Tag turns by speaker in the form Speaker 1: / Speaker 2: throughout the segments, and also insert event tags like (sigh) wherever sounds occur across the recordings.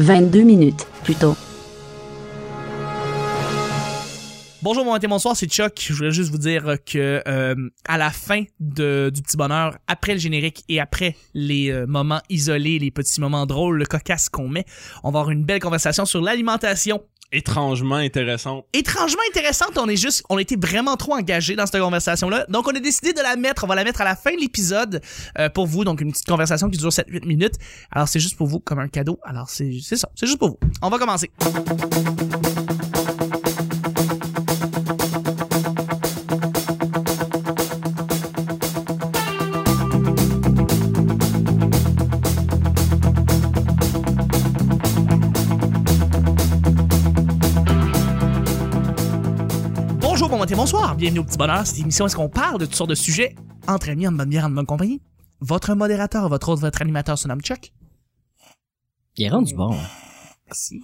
Speaker 1: 22 minutes plus tôt.
Speaker 2: Bonjour, bon matin, bonsoir, c'est Chuck. Je voulais juste vous dire que euh, à la fin de, du petit bonheur, après le générique et après les euh, moments isolés, les petits moments drôles, le cocasse qu'on met, on va avoir une belle conversation sur l'alimentation.
Speaker 3: Étrangement intéressant.
Speaker 2: Étrangement intéressante, on est juste, on était vraiment trop engagés dans cette conversation-là. Donc, on a décidé de la mettre, on va la mettre à la fin de l'épisode euh, pour vous. Donc, une petite conversation qui dure 7-8 minutes. Alors, c'est juste pour vous, comme un cadeau. Alors, c'est c'est ça, c'est juste pour vous. On va commencer. Bonjour, bon matin, bonsoir. Bienvenue au Petit Bonheur. Cette émission, où est-ce qu'on parle de toutes sortes de sujets entre amis, en bonne bière, en bonne compagnie? Votre modérateur, votre autre, votre animateur se nomme Chuck.
Speaker 4: Il est rendu bon. hein.
Speaker 2: Merci.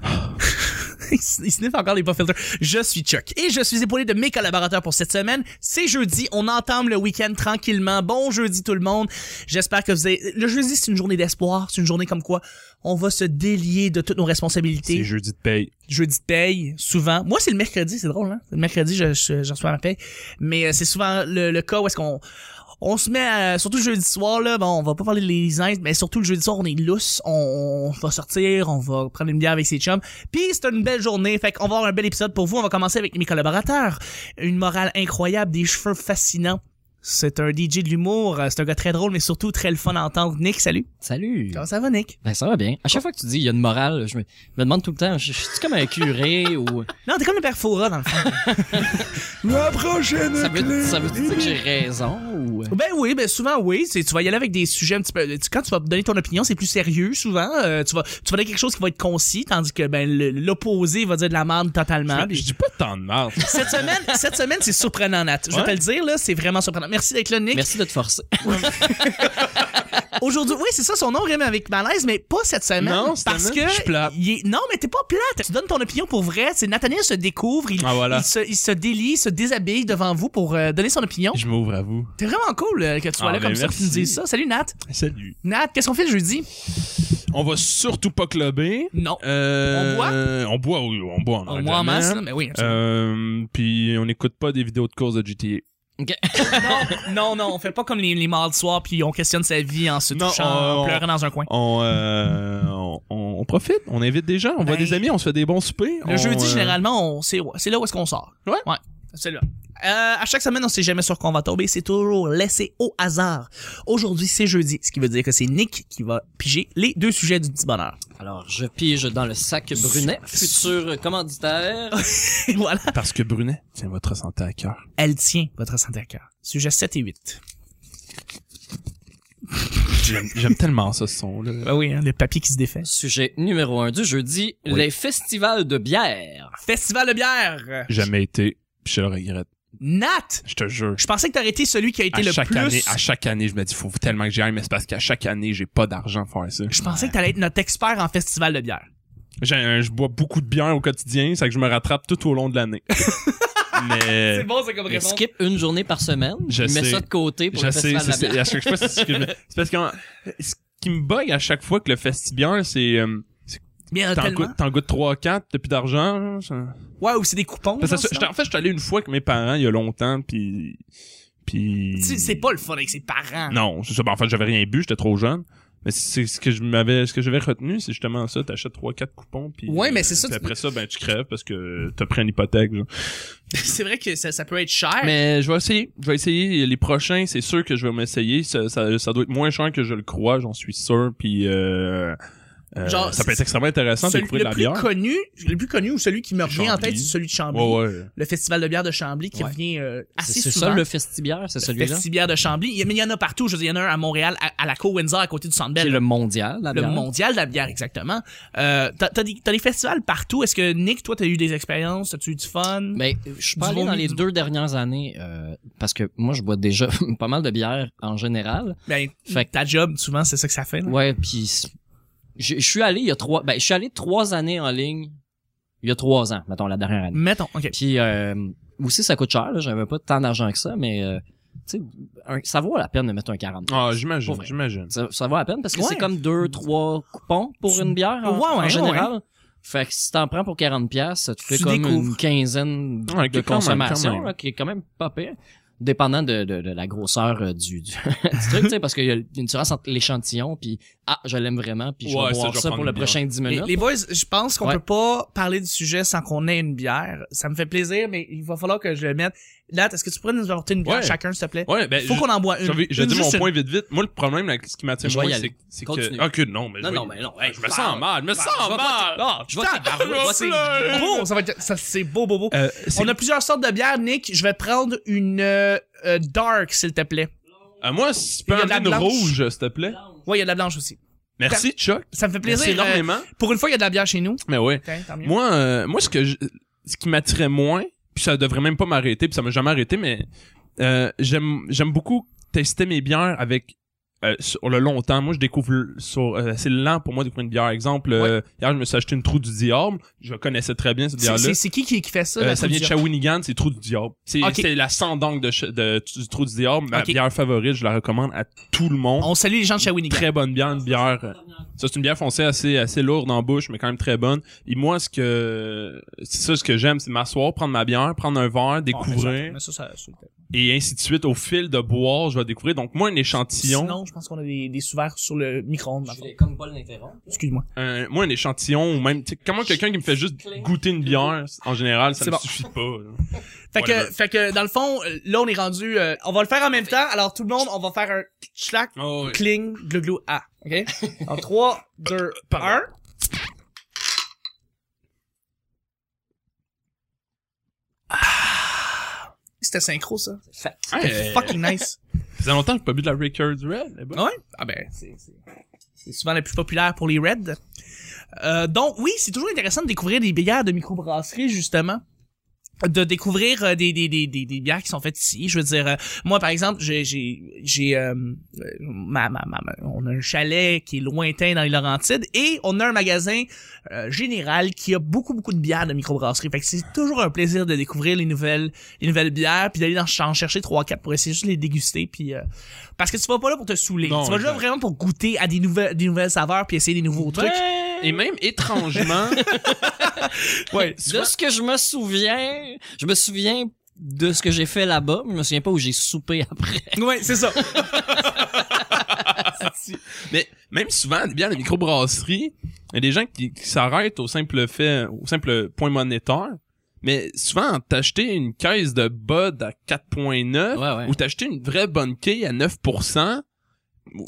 Speaker 2: (laughs) il se n'est encore les pas filters. Je suis Chuck et je suis épaulé de mes collaborateurs pour cette semaine. C'est jeudi, on entame le week-end tranquillement. Bon jeudi tout le monde. J'espère que vous avez... Le jeudi, c'est une journée d'espoir. C'est une journée comme quoi on va se délier de toutes nos
Speaker 3: C'est
Speaker 2: responsabilités.
Speaker 3: jeudi de paye.
Speaker 2: jeudi de paye, souvent. Moi, c'est le mercredi, c'est drôle, hein? Le mercredi, je, je, je reçois ma paye. Mais euh, c'est souvent le, le cas où est-ce qu'on on se met à, surtout le jeudi soir là, bon, on va pas parler des Indes, mais surtout le jeudi soir, on est lousse, on, on va sortir, on va prendre une bière avec ses chums. Puis c'est une belle journée, fait qu'on va avoir un bel épisode pour vous. On va commencer avec mes collaborateurs. Une morale incroyable, des cheveux fascinants. C'est un DJ de l'humour, c'est un gars très drôle, mais surtout très le fun à entendre. Nick, salut.
Speaker 4: Salut.
Speaker 2: Comment ça va, Nick?
Speaker 4: Ben, ça va bien. À chaque fois que tu dis il y a une morale, je me, je me demande tout le temps, je, je suis comme un curé ou
Speaker 2: Non, t'es comme le père Fora, dans le fond.
Speaker 3: La prochaine
Speaker 4: ça veut ça veut dire que j'ai raison ou
Speaker 2: Ben oui, ben souvent oui, c'est tu vas y aller avec des sujets un petit peu tu- quand tu vas donner ton opinion, c'est plus sérieux souvent, euh, tu vas tu vas donner quelque chose qui va être concis tandis que ben le- l'opposé va dire de la merde totalement.
Speaker 3: (laughs) Je dis pas tant de
Speaker 2: (laughs)
Speaker 3: mal.
Speaker 2: Cette semaine, cette semaine c'est surprenant Nat. Je vais
Speaker 3: Ouais.
Speaker 2: te le dire là, c'est vraiment surprenant. Merci d'être là Nick.
Speaker 4: merci de te forcer.
Speaker 2: Aujourd'hui, oui, c'est ça son nom rime avec malaise mais pas cette semaine
Speaker 3: Non, cette
Speaker 2: parce
Speaker 3: semaine,
Speaker 2: que
Speaker 3: je suis plate.
Speaker 2: il est- non, mais t'es pas plate. Tu donnes ton opinion pour vrai, c'est Nathaniel se découvre, il,
Speaker 3: Ah, voilà.
Speaker 2: il se il se délie, se déshabille devant vous pour euh, donner son opinion.
Speaker 3: Je m'ouvre à vous.
Speaker 2: C'est vraiment cool euh, que tu sois
Speaker 3: Ah,
Speaker 2: là comme
Speaker 3: ben,
Speaker 2: ça, que tu nous
Speaker 3: merci.
Speaker 2: dises ça. Salut Nat.
Speaker 3: Salut.
Speaker 2: Nat, qu'est-ce qu'on fait le jeudi
Speaker 3: On va surtout pas clubber.
Speaker 2: Non.
Speaker 3: Euh,
Speaker 2: On boit?
Speaker 3: On boit, oui, on boit. On,
Speaker 2: Au moins en masse, là, mais oui. absolument.
Speaker 3: Euh, puis on n'écoute pas des vidéos de course de GTA.
Speaker 4: Ok.
Speaker 2: Non, non, on fait pas comme les, les mardis soirs puis on questionne sa vie en se
Speaker 3: Non, euh,
Speaker 2: touchant,
Speaker 3: on-
Speaker 2: en pleurant dans un coin.
Speaker 3: On, euh, on, on- on profite, on invite des gens, on voit
Speaker 2: Ben,
Speaker 3: des amis, on se fait des bons soupers.
Speaker 2: Le
Speaker 3: on,
Speaker 2: jeudi,
Speaker 3: euh,
Speaker 2: généralement, on sait, c'est là où est-ce qu'on sort.
Speaker 3: Ouais.
Speaker 2: Ouais, absolument. Euh, à chaque semaine, on sait jamais sur quoi on va tomber. C'est toujours laissé au hasard. Aujourd'hui, c'est jeudi, ce qui veut dire que c'est Nick qui va piger les deux sujets du petit bonheur.
Speaker 4: Alors je pige dans le sac Brunet, futur commanditaire.
Speaker 2: Et voilà.
Speaker 3: Parce que Brunet tient votre santé à cœur.
Speaker 2: Elle tient votre santé à cœur. Sujet 7 et 8.
Speaker 3: J'aime j'aime tellement ça, ce son-là.
Speaker 2: Ben oui, hein, le papier qui se défait.
Speaker 4: Sujet numéro un du jeudi,
Speaker 3: Oui.
Speaker 4: les festivals de bière.
Speaker 2: Festival de bière.
Speaker 3: Jamais été, puis je le regrette.
Speaker 2: Nat!
Speaker 3: Je te jure.
Speaker 2: Je pensais que t'aurais été celui qui a été
Speaker 3: à
Speaker 2: le
Speaker 3: chaque
Speaker 2: plus...
Speaker 3: année, à chaque année, je me dis, faut tellement que j'y aille, mais c'est parce qu'à chaque année, j'ai pas d'argent pour faire ça.
Speaker 2: Je pensais que t'allais être notre expert en festival de bière.
Speaker 3: J'ai un- Je bois beaucoup de bière au quotidien, c'est que je me rattrape tout au long
Speaker 2: (laughs)
Speaker 3: de l'année. mais
Speaker 2: bon, c'est comme
Speaker 4: On skip une journée par semaine,
Speaker 3: Je
Speaker 4: mets
Speaker 3: sais.
Speaker 4: ça de côté pour
Speaker 3: je
Speaker 4: le
Speaker 3: sais,
Speaker 4: festival de
Speaker 3: c'est
Speaker 4: la bière.
Speaker 3: c'est- à chaque fois, c'est ce que je me- c'est parce que euh, ce qui me bug à chaque fois que le festibière, c'est euh,
Speaker 2: Bien,
Speaker 3: t'en
Speaker 2: tellement.
Speaker 3: goûtes, t'en goûtes 3 4, t'as plus d'argent. là, ça-
Speaker 2: Ouais, ou c'est des coupons.
Speaker 3: Parce que
Speaker 2: genre,
Speaker 3: ça- j'étais-
Speaker 2: sinon.
Speaker 3: en fait, je suis allé une fois avec mes parents il y a longtemps, puis puis
Speaker 2: Tu- C'est pas le fun avec ses parents.
Speaker 3: Non, c'est ça. Ben, en fait, j'avais rien bu, j'étais trop jeune. Mais c'est ce que je m'avais, ce que j'avais retenu, c'est justement ça. T'achètes trois, quatre coupons, puis.
Speaker 2: Ouais, mais c'est ça,
Speaker 3: puis
Speaker 2: tu-
Speaker 3: après ça, ben tu crèves parce que t'as pris une hypothèque. genre.
Speaker 2: (laughs) c'est vrai que ça, ça peut être cher.
Speaker 3: Mais Euh, je vais essayer. Je vais essayer les prochains. C'est sûr que je vais m'essayer. Ça, ça, ça doit être moins cher que je le crois, j'en suis sûr. Puis. Euh, euh,
Speaker 2: Genre,
Speaker 3: ça peut être
Speaker 2: c'est-
Speaker 3: extrêmement intéressant de
Speaker 2: Celui-
Speaker 3: découvrir de
Speaker 2: le
Speaker 3: la
Speaker 2: plus
Speaker 3: bière.
Speaker 2: connu, le plus connu ou celui qui me revient en
Speaker 3: Chambly.
Speaker 2: tête, c'est celui de Chambly.
Speaker 3: Ouais, ouais.
Speaker 2: Le festival de bière de Chambly qui
Speaker 4: Ouais.
Speaker 2: revient euh, assez
Speaker 4: C'est
Speaker 2: souvent.
Speaker 4: ça le festibière, c'est celui-là.
Speaker 2: festival de Chambly. Il y a- Mais il y en a partout. Je veux dire, il y en a un à Montréal, à, à la Co-Windsor, à côté du Centre
Speaker 4: C'est
Speaker 2: Bell.
Speaker 4: le mondial, la
Speaker 2: Ben, Le
Speaker 4: bière.
Speaker 2: mondial de la bière, exactement. Euh, t'as, t'as des, t'as des festivals partout. Est-ce que, Nick, toi, t'as eu des expériences? T'as-tu eu du fun?
Speaker 4: Mais je suis pas
Speaker 2: Mm. Du
Speaker 4: allé dans
Speaker 2: vomi,
Speaker 4: les
Speaker 2: du-
Speaker 4: deux dernières années euh, parce que moi je bois déjà (laughs) pas mal de bière en général.
Speaker 2: Ben,
Speaker 4: Fait que-
Speaker 2: ta job, souvent, c'est ça que ça fait. là.
Speaker 4: Ouais, puis c- je je suis allé il y a trois ben je suis allé trois années en ligne il y a trois ans,
Speaker 2: Mm.
Speaker 4: mettons la dernière année.
Speaker 2: Mettons, ok.
Speaker 4: Puis euh, aussi ça coûte cher, là, j'avais pas tant d'argent que ça mais euh, tu sais, un- ça vaut la peine de mettre un 40.
Speaker 3: Ah, j'imagine,
Speaker 4: Pour vrai.
Speaker 3: j'imagine.
Speaker 4: Ça, ça vaut la peine parce que
Speaker 2: Ouais.
Speaker 4: c'est comme deux, trois coupons pour
Speaker 2: Tu-
Speaker 4: une bière en,
Speaker 2: Ouais, ouais,
Speaker 4: en
Speaker 2: ouais.
Speaker 4: général. Fait que si t'en prends pour 40 pièces, ça te fait
Speaker 2: Tu
Speaker 4: comme
Speaker 2: découvres.
Speaker 4: une quinzaine de
Speaker 3: Ouais, quand même, quand
Speaker 4: consommation
Speaker 3: même.
Speaker 4: là, qui est quand même pas pire, dépendant de, de, de la grosseur euh, du, (laughs) du, du truc, tu sais, parce qu'il y a une différence entre l'échantillon puis ah, je l'aime vraiment puis je
Speaker 3: Ouais, ça,
Speaker 4: vais boire
Speaker 3: je vais
Speaker 4: ça
Speaker 3: prendre
Speaker 4: pour le
Speaker 3: une bière.
Speaker 4: prochain 10
Speaker 2: Les,
Speaker 4: minutes.
Speaker 2: les boys, je pense qu'on
Speaker 4: Ouais.
Speaker 2: peut pas parler du sujet sans qu'on ait une bière. Ça me fait plaisir, mais il va falloir que je le mette. Là, est-ce que tu pourrais nous apporter une bière
Speaker 3: Ouais.
Speaker 2: chacun, s'il te plaît?
Speaker 3: Ouais, ben,
Speaker 2: Faut
Speaker 3: je-
Speaker 2: qu'on en boit une.
Speaker 3: j'avais- je
Speaker 2: Une,
Speaker 3: dis mon
Speaker 2: juste une.
Speaker 3: point vite, vite. Moi, le problème avec ce qui m'attire
Speaker 4: Je vais
Speaker 3: moins,
Speaker 4: y
Speaker 3: c'est
Speaker 4: aller.
Speaker 3: c'est
Speaker 4: Continue.
Speaker 3: que... Ah, que non, mais...
Speaker 4: Non,
Speaker 3: je
Speaker 4: non,
Speaker 3: vais-
Speaker 4: mais non.
Speaker 3: Hey,
Speaker 4: hey,
Speaker 3: je me sens
Speaker 4: parle.
Speaker 3: mal, je me sens
Speaker 4: je vais
Speaker 3: mal! Ah,
Speaker 4: Je vais te
Speaker 3: putain,
Speaker 4: tabarnak,
Speaker 3: je
Speaker 4: c'est
Speaker 3: pleure.
Speaker 2: Beau, Oh, ça va être- ça, c'est beau, beau, beau.
Speaker 3: Euh, c'est-
Speaker 2: On a plusieurs sortes de bières, Nick. Je vais prendre une euh, euh, dark, s'il te plaît.
Speaker 3: Ah, moi, si tu peux
Speaker 2: Il y a de la
Speaker 3: amener une
Speaker 2: blanche.
Speaker 3: rouge, s'il te plaît.
Speaker 2: Ouais, il y a de la blanche aussi.
Speaker 3: Merci, Chuck.
Speaker 2: Ça me fait
Speaker 3: Merci
Speaker 2: plaisir. euh,
Speaker 3: énormément.
Speaker 2: pour une fois, il y a de la bière chez nous.
Speaker 3: Mais ouais.
Speaker 2: Tiens, tant mieux.
Speaker 3: Moi, euh, moi, ce que je- ce qui m'attirait moins, puis ça devrait même pas m'arrêter, puis ça m'a jamais arrêté, mais euh, j'aime j'aime beaucoup tester mes bières avec euh, sur le long temps. Moi, je découvre le- sur euh, c'est lent pour moi de découvrir une bière. Exemple, euh, hier, je me suis acheté une Trou du Diable. Je connaissais très bien cette
Speaker 2: C'est-
Speaker 3: bière-là.
Speaker 2: c'est c'est qui, qui qui fait ça?
Speaker 3: Euh,
Speaker 2: la
Speaker 3: ça vient de
Speaker 2: production?
Speaker 3: Shawinigan, c'est Trou du Diable. C'est
Speaker 2: Ok.
Speaker 3: c'est la sandangue de, Ch- de, du Trou du Diable, ma
Speaker 2: Ok.
Speaker 3: bière favorite. Je la recommande à tout le monde.
Speaker 2: On salue les gens de Shawinigan.
Speaker 3: Très bonne bière, une bière. euh, Ça, c'est une bière foncée assez, assez lourde en bouche, mais quand même très bonne. Et moi, ce que, c'est ça, ce que j'aime, c'est m'asseoir, prendre ma bière, prendre un
Speaker 2: Ah,
Speaker 3: verre, découvrir,
Speaker 2: Mais ça, ça- ça-
Speaker 3: et ainsi de suite. Au fil de boire, je vais découvrir. Donc, moi, un échantillon,
Speaker 2: Sinon, je pense qu'on a des, des sous-verts sur le micro-ondes. dans le
Speaker 4: Je
Speaker 2: fond.
Speaker 4: voulais comme pas l'interrompre.
Speaker 2: Excuse-moi.
Speaker 3: un- moi, un échantillon, ou même, tu sais, comment quelqu'un qui me fait juste goûter une bière, en général, ça
Speaker 2: C'est
Speaker 3: me
Speaker 2: bon.
Speaker 3: suffit pas. là.
Speaker 2: Fait que,
Speaker 3: Whatever.
Speaker 2: fait que, dans le fond, euh, là, on est rendu, euh, on va le faire en même temps. Alors, tout le monde, on va faire un schlack, cling, glou, glou, ah. OK? En (laughs) 3, 2, 1. Ah. C'était synchro, ça. C'était
Speaker 3: Hey,
Speaker 2: fucking nice.
Speaker 3: Ça faisait longtemps que j'ai pas bu de la Rickard Red. mais bon.
Speaker 2: Ouais? Ah ben, c'est c'est- c'est souvent la plus populaire pour les Reds. Euh, donc, oui, c'est toujours intéressant de découvrir des bières de microbrasserie, justement. De découvrir euh, des, des, des, des, des bières qui sont faites ici. Je veux dire, euh, moi, par exemple, j'ai... j'ai j'ai, euh, euh, ma, ma, ma- ma- on a un chalet qui est lointain dans les Laurentides et on a un magasin euh, général qui a beaucoup, beaucoup de bières de microbrasserie. Fait que c'est toujours un plaisir de découvrir les nouvelles, les nouvelles bières puis d'aller en, en chercher trois quatre pour essayer juste de les déguster. Puis, euh, parce que tu vas pas là pour te saouler.
Speaker 3: Non,
Speaker 2: tu vas là
Speaker 3: exact.
Speaker 2: vraiment pour goûter à des nouvelles, des nouvelles saveurs puis essayer des nouveaux
Speaker 3: Ben,
Speaker 2: trucs.
Speaker 3: Et même étrangement,
Speaker 2: Ouais.
Speaker 4: De ce que je me souviens, je me souviens de ce que j'ai fait là-bas, mais je me souviens pas où j'ai soupé après.
Speaker 2: (laughs) ouais, c'est ça.
Speaker 3: Mais même souvent, bien les microbrasseries, il y a des gens qui, qui s'arrêtent au simple fait, au simple point monétaire. Mais souvent, t'acheter une caisse de Bud à 4.9
Speaker 4: Ouais, ouais.
Speaker 3: ou t'acheter une vraie bonne quille à 9%,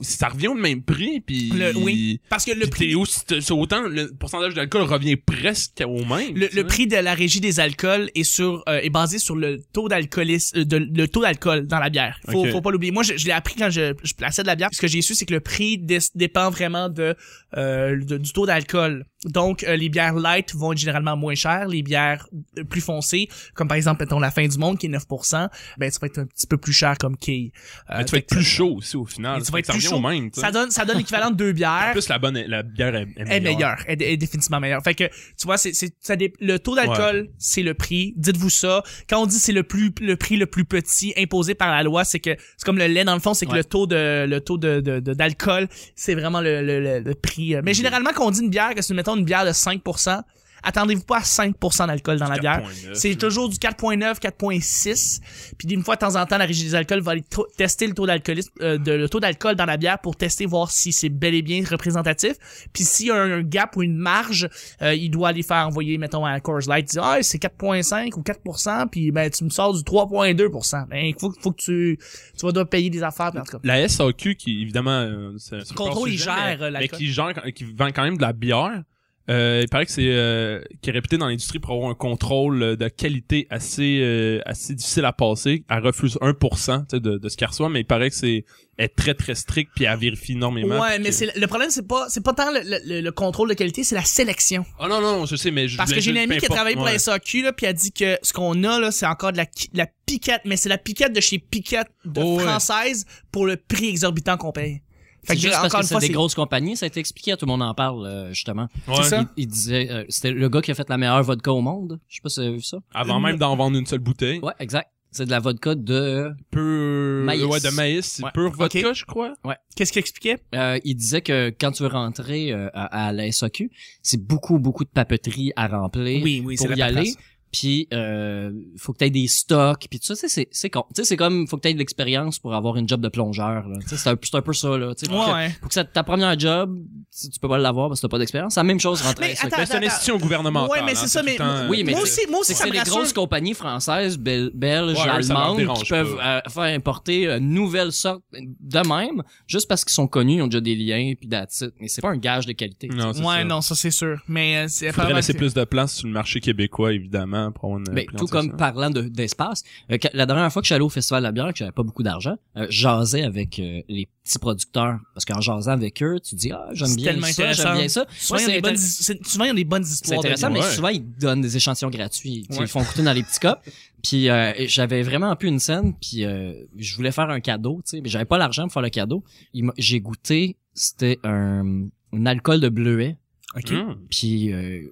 Speaker 3: ça revient au même prix. Puis
Speaker 2: Le- oui. Parce que le
Speaker 3: puis
Speaker 2: prix
Speaker 3: t'es aussi- t'es- c'est autant le pourcentage d'alcool revient presque au même.
Speaker 2: le,
Speaker 3: tu
Speaker 2: le
Speaker 3: sais.
Speaker 2: prix de la régie des alcools est sur euh, est basé sur le taux d'alcoolisme euh, de le taux d'alcool dans la bière. Faut
Speaker 3: Ok.
Speaker 2: faut pas l'oublier. Moi je, je l'ai appris quand je, je plaçais de la bière. Ce que j'ai su c'est que le prix dé- dépend vraiment de, euh, de- du taux d'alcool. Donc euh, les bières light vont être généralement moins chères, les bières euh, plus foncées comme par exemple mettons la fin du monde qui est 9%, ben ça va être un petit peu plus cher comme quille. Euh,
Speaker 3: Mais Ah, tu vas être
Speaker 2: fait que
Speaker 3: plus chaud aussi au final.
Speaker 2: Mais tu vas être
Speaker 3: Ça
Speaker 2: plus
Speaker 3: revient au
Speaker 2: chaud.
Speaker 3: même. tu
Speaker 2: ça
Speaker 3: sais.
Speaker 2: donne ça donne l'équivalent de deux bières
Speaker 3: En plus, la bonne, est- la bière est,
Speaker 2: est meilleure, est, est définitivement meilleure. Fait que tu vois, c'est c'est ça dé- le taux d'alcool, c'est le prix. Dites-vous ça. Quand on dit c'est le plus le prix le plus petit imposé par la loi, c'est que c'est comme le lait dans le fond, c'est que
Speaker 4: Ouais.
Speaker 2: le taux de le taux de de- de- d'alcool, c'est vraiment le, le, le, le prix. euh. Mais généralement quand on dit une bière, que c'est mettons une bière de 5%, attendez-vous pas à 5% d'alcool dans la bière.
Speaker 3: 4.9.
Speaker 2: C'est toujours du 4.9, 4.6. Puis d'une fois de temps en temps, la régie des alcools va aller to- tester le taux d'alcoolisme, euh, de, le taux d'alcool dans la bière pour tester voir si c'est bel et bien représentatif. Puis s'il y a un, un gap ou une marge, euh, il doit aller faire envoyer, mettons, à Coors Light, dire, ah, c'est 4.5 ou 4%, puis ben, tu me sors du 3.2%. Ben, il faut, faut que tu, tu vas devoir payer des affaires, puis en tout cas.
Speaker 3: la SAQ qui évidemment euh, c'est un- c'est un
Speaker 2: Contrôle,
Speaker 3: fort
Speaker 2: il
Speaker 3: sujet,
Speaker 2: gère,
Speaker 3: mais-
Speaker 2: euh,
Speaker 3: mais,
Speaker 2: l'alcool.
Speaker 3: qui gère quand- qui vend quand même de la bière euh, il paraît que c'est euh, qui est réputé dans l'industrie pour avoir un contrôle euh, de qualité assez euh, assez difficile à passer elle refuse 1% tu sais, de, de ce qu'elle reçoit mais il paraît que c'est elle est très très strict puis elle vérifie énormément
Speaker 2: Ouais,
Speaker 3: puis
Speaker 2: mais
Speaker 3: que-
Speaker 2: c'est le problème, c'est pas, c'est pas tant le, le- le- le contrôle de qualité, c'est la sélection.
Speaker 3: oh non non je sais mais je
Speaker 2: Parce
Speaker 3: voulais
Speaker 2: que j'ai une
Speaker 3: juste-
Speaker 2: amie
Speaker 3: peu
Speaker 2: qui a
Speaker 3: importe,
Speaker 2: travaillé pour
Speaker 3: ouais.
Speaker 2: la SAQ, là, puis elle dit que ce qu'on a, là, c'est encore de la, qui- de la piquette, mais c'est la piquette de chez Piquette de
Speaker 3: Oh, ouais.
Speaker 2: française pour le prix exorbitant qu'on paye. Fait
Speaker 4: C'est
Speaker 2: que,
Speaker 4: juste parce
Speaker 2: encore
Speaker 4: que
Speaker 2: une
Speaker 4: c'est
Speaker 2: fois,
Speaker 4: des
Speaker 2: c'est...
Speaker 4: grosses compagnies, ça a été expliqué, tout le monde en parle, euh, justement.
Speaker 3: Ouais.
Speaker 2: c'est ça.
Speaker 4: Il, il disait, euh, c'était le gars qui a fait la meilleure vodka au monde. Je sais pas si vous avez vu ça.
Speaker 3: avant même d'en vendre une seule bouteille
Speaker 4: Ouais, exact. C'est de la vodka de...
Speaker 3: Peu,
Speaker 4: Maïs.
Speaker 3: ouais, de maïs, c'est
Speaker 4: Ouais.
Speaker 3: pur vodka,
Speaker 2: Ok.
Speaker 3: je crois.
Speaker 2: Qu'est-ce qu'il expliquait?
Speaker 4: Euh, il disait que quand tu veux rentrer euh, à, à la SAQ, c'est beaucoup, beaucoup de papeterie à remplir.
Speaker 2: oui, oui,
Speaker 4: pour
Speaker 2: c'est
Speaker 4: y
Speaker 2: la paperasse.
Speaker 4: aller. Puis euh, faut que t'aies des stocks, puis tout ça, tu sais, c'est c'est con. Tu sais, c'est comme faut que t'aies de l'expérience pour avoir une job de plongeur. Là. Tu sais, C'est un, c'est un peu ça là. Tu sais, Pour,
Speaker 2: Ouais,
Speaker 4: que,
Speaker 2: ouais.
Speaker 4: pour que ça, ta première job, tu, tu peux pas l'avoir parce que t'as pas d'expérience. C'est la même chose rentrer.
Speaker 2: Mais
Speaker 4: à SAQ.
Speaker 2: Attends,
Speaker 3: Ben, c'est une
Speaker 2: attends,
Speaker 3: institution gouvernementale.
Speaker 2: Ouais, mais c'est
Speaker 3: hein,
Speaker 2: ça,
Speaker 3: tout
Speaker 2: mais,
Speaker 3: le temps,
Speaker 4: Oui, mais
Speaker 2: moi
Speaker 4: c'est-
Speaker 2: aussi, moi aussi,
Speaker 4: C'est que
Speaker 2: ça
Speaker 4: c'est
Speaker 2: me
Speaker 4: les
Speaker 2: rassure.
Speaker 4: grosses compagnies françaises, bel-
Speaker 3: Ouais,
Speaker 4: belges,
Speaker 3: eux, ça leur
Speaker 4: allemandes,
Speaker 3: dérange
Speaker 4: qui peuvent euh, faire importer euh, une nouvelle sorte de même, juste parce qu'ils sont connus, ils ont déjà des liens, puis that's it. Mais c'est pas un gage de qualité.
Speaker 3: Non, c'est
Speaker 2: Ouais,
Speaker 3: ça.
Speaker 2: non, ça, c'est sûr. Mais, euh, c'est
Speaker 3: Il faudrait
Speaker 2: apparemment,
Speaker 3: laisser
Speaker 2: c'est-
Speaker 3: plus de place sur le marché québécois, évidemment, pour avoir une
Speaker 4: Ben, tout
Speaker 3: plantation.
Speaker 4: comme parlant de- d'espace, euh, quand- la dernière fois que je suis allé au Festival de la bière, que j'avais pas beaucoup d'argent, euh, je jasais avec euh, les petits producteurs. Parce qu'en jasant avec eux, tu dis « Ah, j'aime
Speaker 2: C'est
Speaker 4: bien
Speaker 2: tellement
Speaker 4: ça,
Speaker 2: intéressant.
Speaker 4: j'aime bien ça. »
Speaker 2: Souvent, il
Speaker 4: Ouais,
Speaker 2: y a
Speaker 4: c'est
Speaker 2: des bonnes,
Speaker 4: intéressant.
Speaker 2: c'est- souvent, il y a des bonnes
Speaker 4: C'est
Speaker 2: histoires. de
Speaker 4: intéressant,
Speaker 2: bière.
Speaker 4: mais
Speaker 3: Ouais.
Speaker 4: souvent, ils donnent des échantillons gratuits. Tu sais,
Speaker 2: Ouais.
Speaker 4: Ils font goûter dans les petits cups. Puis euh, j'avais vraiment pu une scène, puis euh, je voulais faire un cadeau, tu sais, mais j'avais pas l'argent pour faire le cadeau. Il m'a- J'ai goûté, c'était un, un alcool de bleuet.
Speaker 2: Ok.
Speaker 3: Hum.
Speaker 4: Puis euh,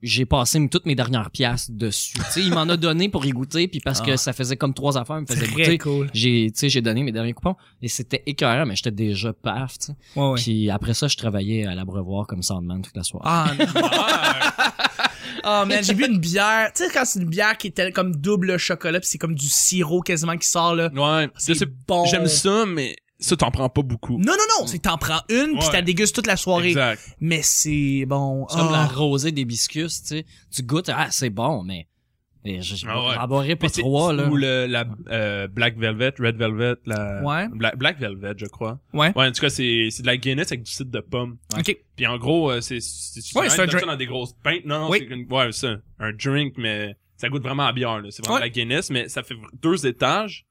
Speaker 4: j'ai passé m- toutes mes dernières pièces dessus. Tu sais, il m'en a donné pour y goûter, puis parce
Speaker 2: Ah.
Speaker 4: que ça faisait comme trois affaires, il me faisait
Speaker 2: Très
Speaker 4: goûter.
Speaker 2: cool.
Speaker 4: J'ai, tu sais, j'ai donné mes derniers coupons et c'était écœurant, mais j'étais déjà paf, tu sais.
Speaker 2: Ouais, ouais.
Speaker 4: Puis après ça, je travaillais à l'abreuvoir comme soundman toute la soirée.
Speaker 2: Ah, (laughs) non.
Speaker 3: Hmm.
Speaker 2: Ah, man, j'ai bu une bière. Tu sais, quand c'est une bière qui est telle- comme double chocolat, pis c'est comme du sirop quasiment qui sort, là.
Speaker 3: Ouais, je
Speaker 2: C'est
Speaker 3: sais-
Speaker 2: bon.
Speaker 3: j'aime ça, mais ça, t'en prends pas beaucoup.
Speaker 2: Non, non, non, c'est que t'en prends une, puis
Speaker 3: Ouais.
Speaker 2: t'as dégustes toute la soirée.
Speaker 3: Exact.
Speaker 2: Mais c'est bon.
Speaker 4: C'est comme
Speaker 2: Ah.
Speaker 4: la rosée d'hibiscus, tu sais. Tu goûtes, ah, c'est bon, mais mais je je
Speaker 3: Ah ouais.
Speaker 4: j'en boirais pas
Speaker 3: Mais c'est-
Speaker 4: trois, là.
Speaker 3: Ou le, la euh, Black Velvet, Red Velvet, la...
Speaker 2: Ouais.
Speaker 3: Bla- Black Velvet, je crois.
Speaker 2: Ouais.
Speaker 3: Ouais, en tout cas, c'est c'est de la Guinness avec du cidre de pomme.
Speaker 2: Ok.
Speaker 3: Puis en gros, euh, c'est c'est tu
Speaker 2: Ouais,
Speaker 3: mets
Speaker 2: c'est un
Speaker 3: ça
Speaker 2: drink.
Speaker 3: dans des grosses pintes. Non, non,
Speaker 2: Oui.
Speaker 3: c'est une- ouais, ça, un drink mais ça goûte vraiment à bière là, c'est vraiment
Speaker 2: Ouais.
Speaker 3: de la Guinness mais ça fait v- deux étages.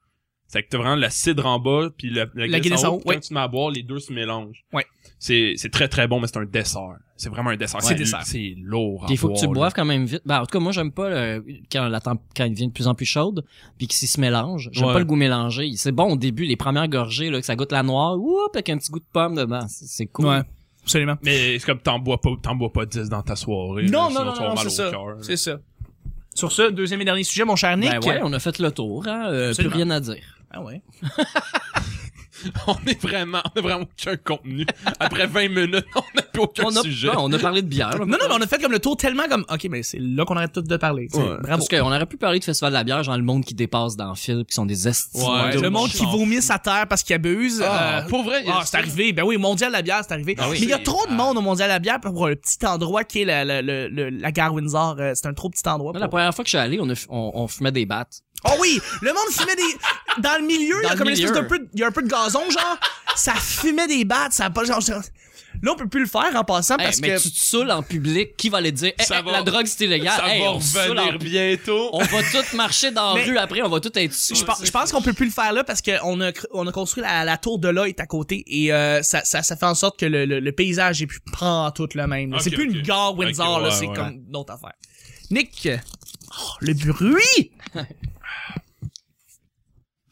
Speaker 3: C'est que t'as vraiment la cidre en bas puis la, la,
Speaker 2: Guinness en haut,
Speaker 3: Puis
Speaker 2: ouais.
Speaker 3: Quand tu te mets à boire, les deux se mélangent.
Speaker 2: Ouais.
Speaker 3: C'est c'est très très bon mais c'est un dessert. C'est vraiment un dessert.
Speaker 2: Ouais,
Speaker 3: C'est-
Speaker 2: dessert.
Speaker 3: C'est lourd. à
Speaker 4: Puis il faut que tu
Speaker 3: boire,
Speaker 4: boives quand même vite. Ben, en tout cas, moi, j'aime pas le- quand la temp- quand il devient de plus en plus chaude, puis qu'il se mélange. J'aime
Speaker 3: Ouais.
Speaker 4: pas le goût mélangé. C'est bon au début, les premières gorgées, là, que ça goûte la noire, oups, avec un petit goût de pomme dedans. C'est c'est cool.
Speaker 2: Ouais. Absolument.
Speaker 3: là. Mais c'est comme t'en bois pas t'en bois pas 10 dans ta soirée. là,
Speaker 2: Non,
Speaker 3: sinon
Speaker 2: non, non,
Speaker 3: tu vas
Speaker 2: non,
Speaker 3: mal
Speaker 2: c'est
Speaker 3: au
Speaker 2: ça.
Speaker 3: cœur, là.
Speaker 2: C'est ça. Sur ce, deuxième et dernier sujet, mon cher Nick.
Speaker 4: Ben ouais, on a fait le tour, hein. euh, plus
Speaker 2: Absolument.
Speaker 4: rien à dire.
Speaker 2: Ah ouais.
Speaker 3: On est vraiment on a vraiment aucun (laughs) contenu. Après 20 minutes, on a plus aucun
Speaker 4: On a,
Speaker 3: sujet.
Speaker 4: ouais, on a parlé de bière.
Speaker 2: (laughs)
Speaker 4: là.
Speaker 2: Non, non, mais on a fait comme le tour tellement comme, ok, mais c'est là qu'on arrête tout de parler. tu sais.
Speaker 3: Ouais.
Speaker 2: Bravo.
Speaker 4: Parce qu'on aurait pu parler de festival de la bière, genre le monde qui dépasse dans le fil, qui sont des estimes.
Speaker 3: Ouais,
Speaker 4: de
Speaker 2: le
Speaker 3: je
Speaker 2: monde qui
Speaker 3: m'en fous.
Speaker 2: vomit sa terre parce qu'il abuse.
Speaker 3: Ah,
Speaker 2: euh,
Speaker 3: pour vrai, il y a-
Speaker 2: Ah, c'est arrivé. Ben oui, au Mondial de la bière, c'est arrivé.
Speaker 3: Ah oui.
Speaker 2: Mais il y a
Speaker 3: C'est-
Speaker 2: trop de
Speaker 3: ah.
Speaker 2: monde au Mondial de la bière pour le petit endroit qui est la, la, la, la- la gare Windsor. euh, C'est un trop petit endroit.
Speaker 4: Moi, Ah, La
Speaker 2: pour-
Speaker 4: première fois que je suis allé, on, a fu- on, on fumait des battes.
Speaker 2: Oh oui! Le monde fumait des. Dans le milieu,
Speaker 4: Dans
Speaker 2: il y a
Speaker 4: le
Speaker 2: comme une espèce
Speaker 4: milieu.
Speaker 2: d'un peu. de- Il y a un peu de gazon, genre. Ça fumait des battes, ça a pas. Genre, genre- Là, on peut plus le faire en passant
Speaker 4: Hey,
Speaker 2: parce
Speaker 4: Eh, mais
Speaker 2: que.
Speaker 4: tu te saoules en public, qui va aller dire hey,
Speaker 3: Ça
Speaker 4: hey,
Speaker 3: va-
Speaker 4: Eh, la drogue c'est illégal.
Speaker 3: Ça
Speaker 4: Hey,
Speaker 3: va
Speaker 4: on se saoule en
Speaker 3: revenir bientôt.
Speaker 4: On va tous marcher dans la
Speaker 2: Mais-
Speaker 4: rue après, on va tout être sous.
Speaker 2: Je, pense- je pense qu'on peut plus le faire là parce qu'on a, cr- on a construit la, la tour de Lloyd à côté et euh, ça, ça, ça fait en sorte que le, le, le paysage est plus prend tout le même. là.
Speaker 3: Ok,
Speaker 2: c'est plus une
Speaker 3: ok.
Speaker 2: gare Windsor,
Speaker 3: Ok,
Speaker 2: là,
Speaker 3: ouais,
Speaker 2: c'est
Speaker 3: ouais.
Speaker 2: comme d'autres affaires. Nick, oh, le bruit!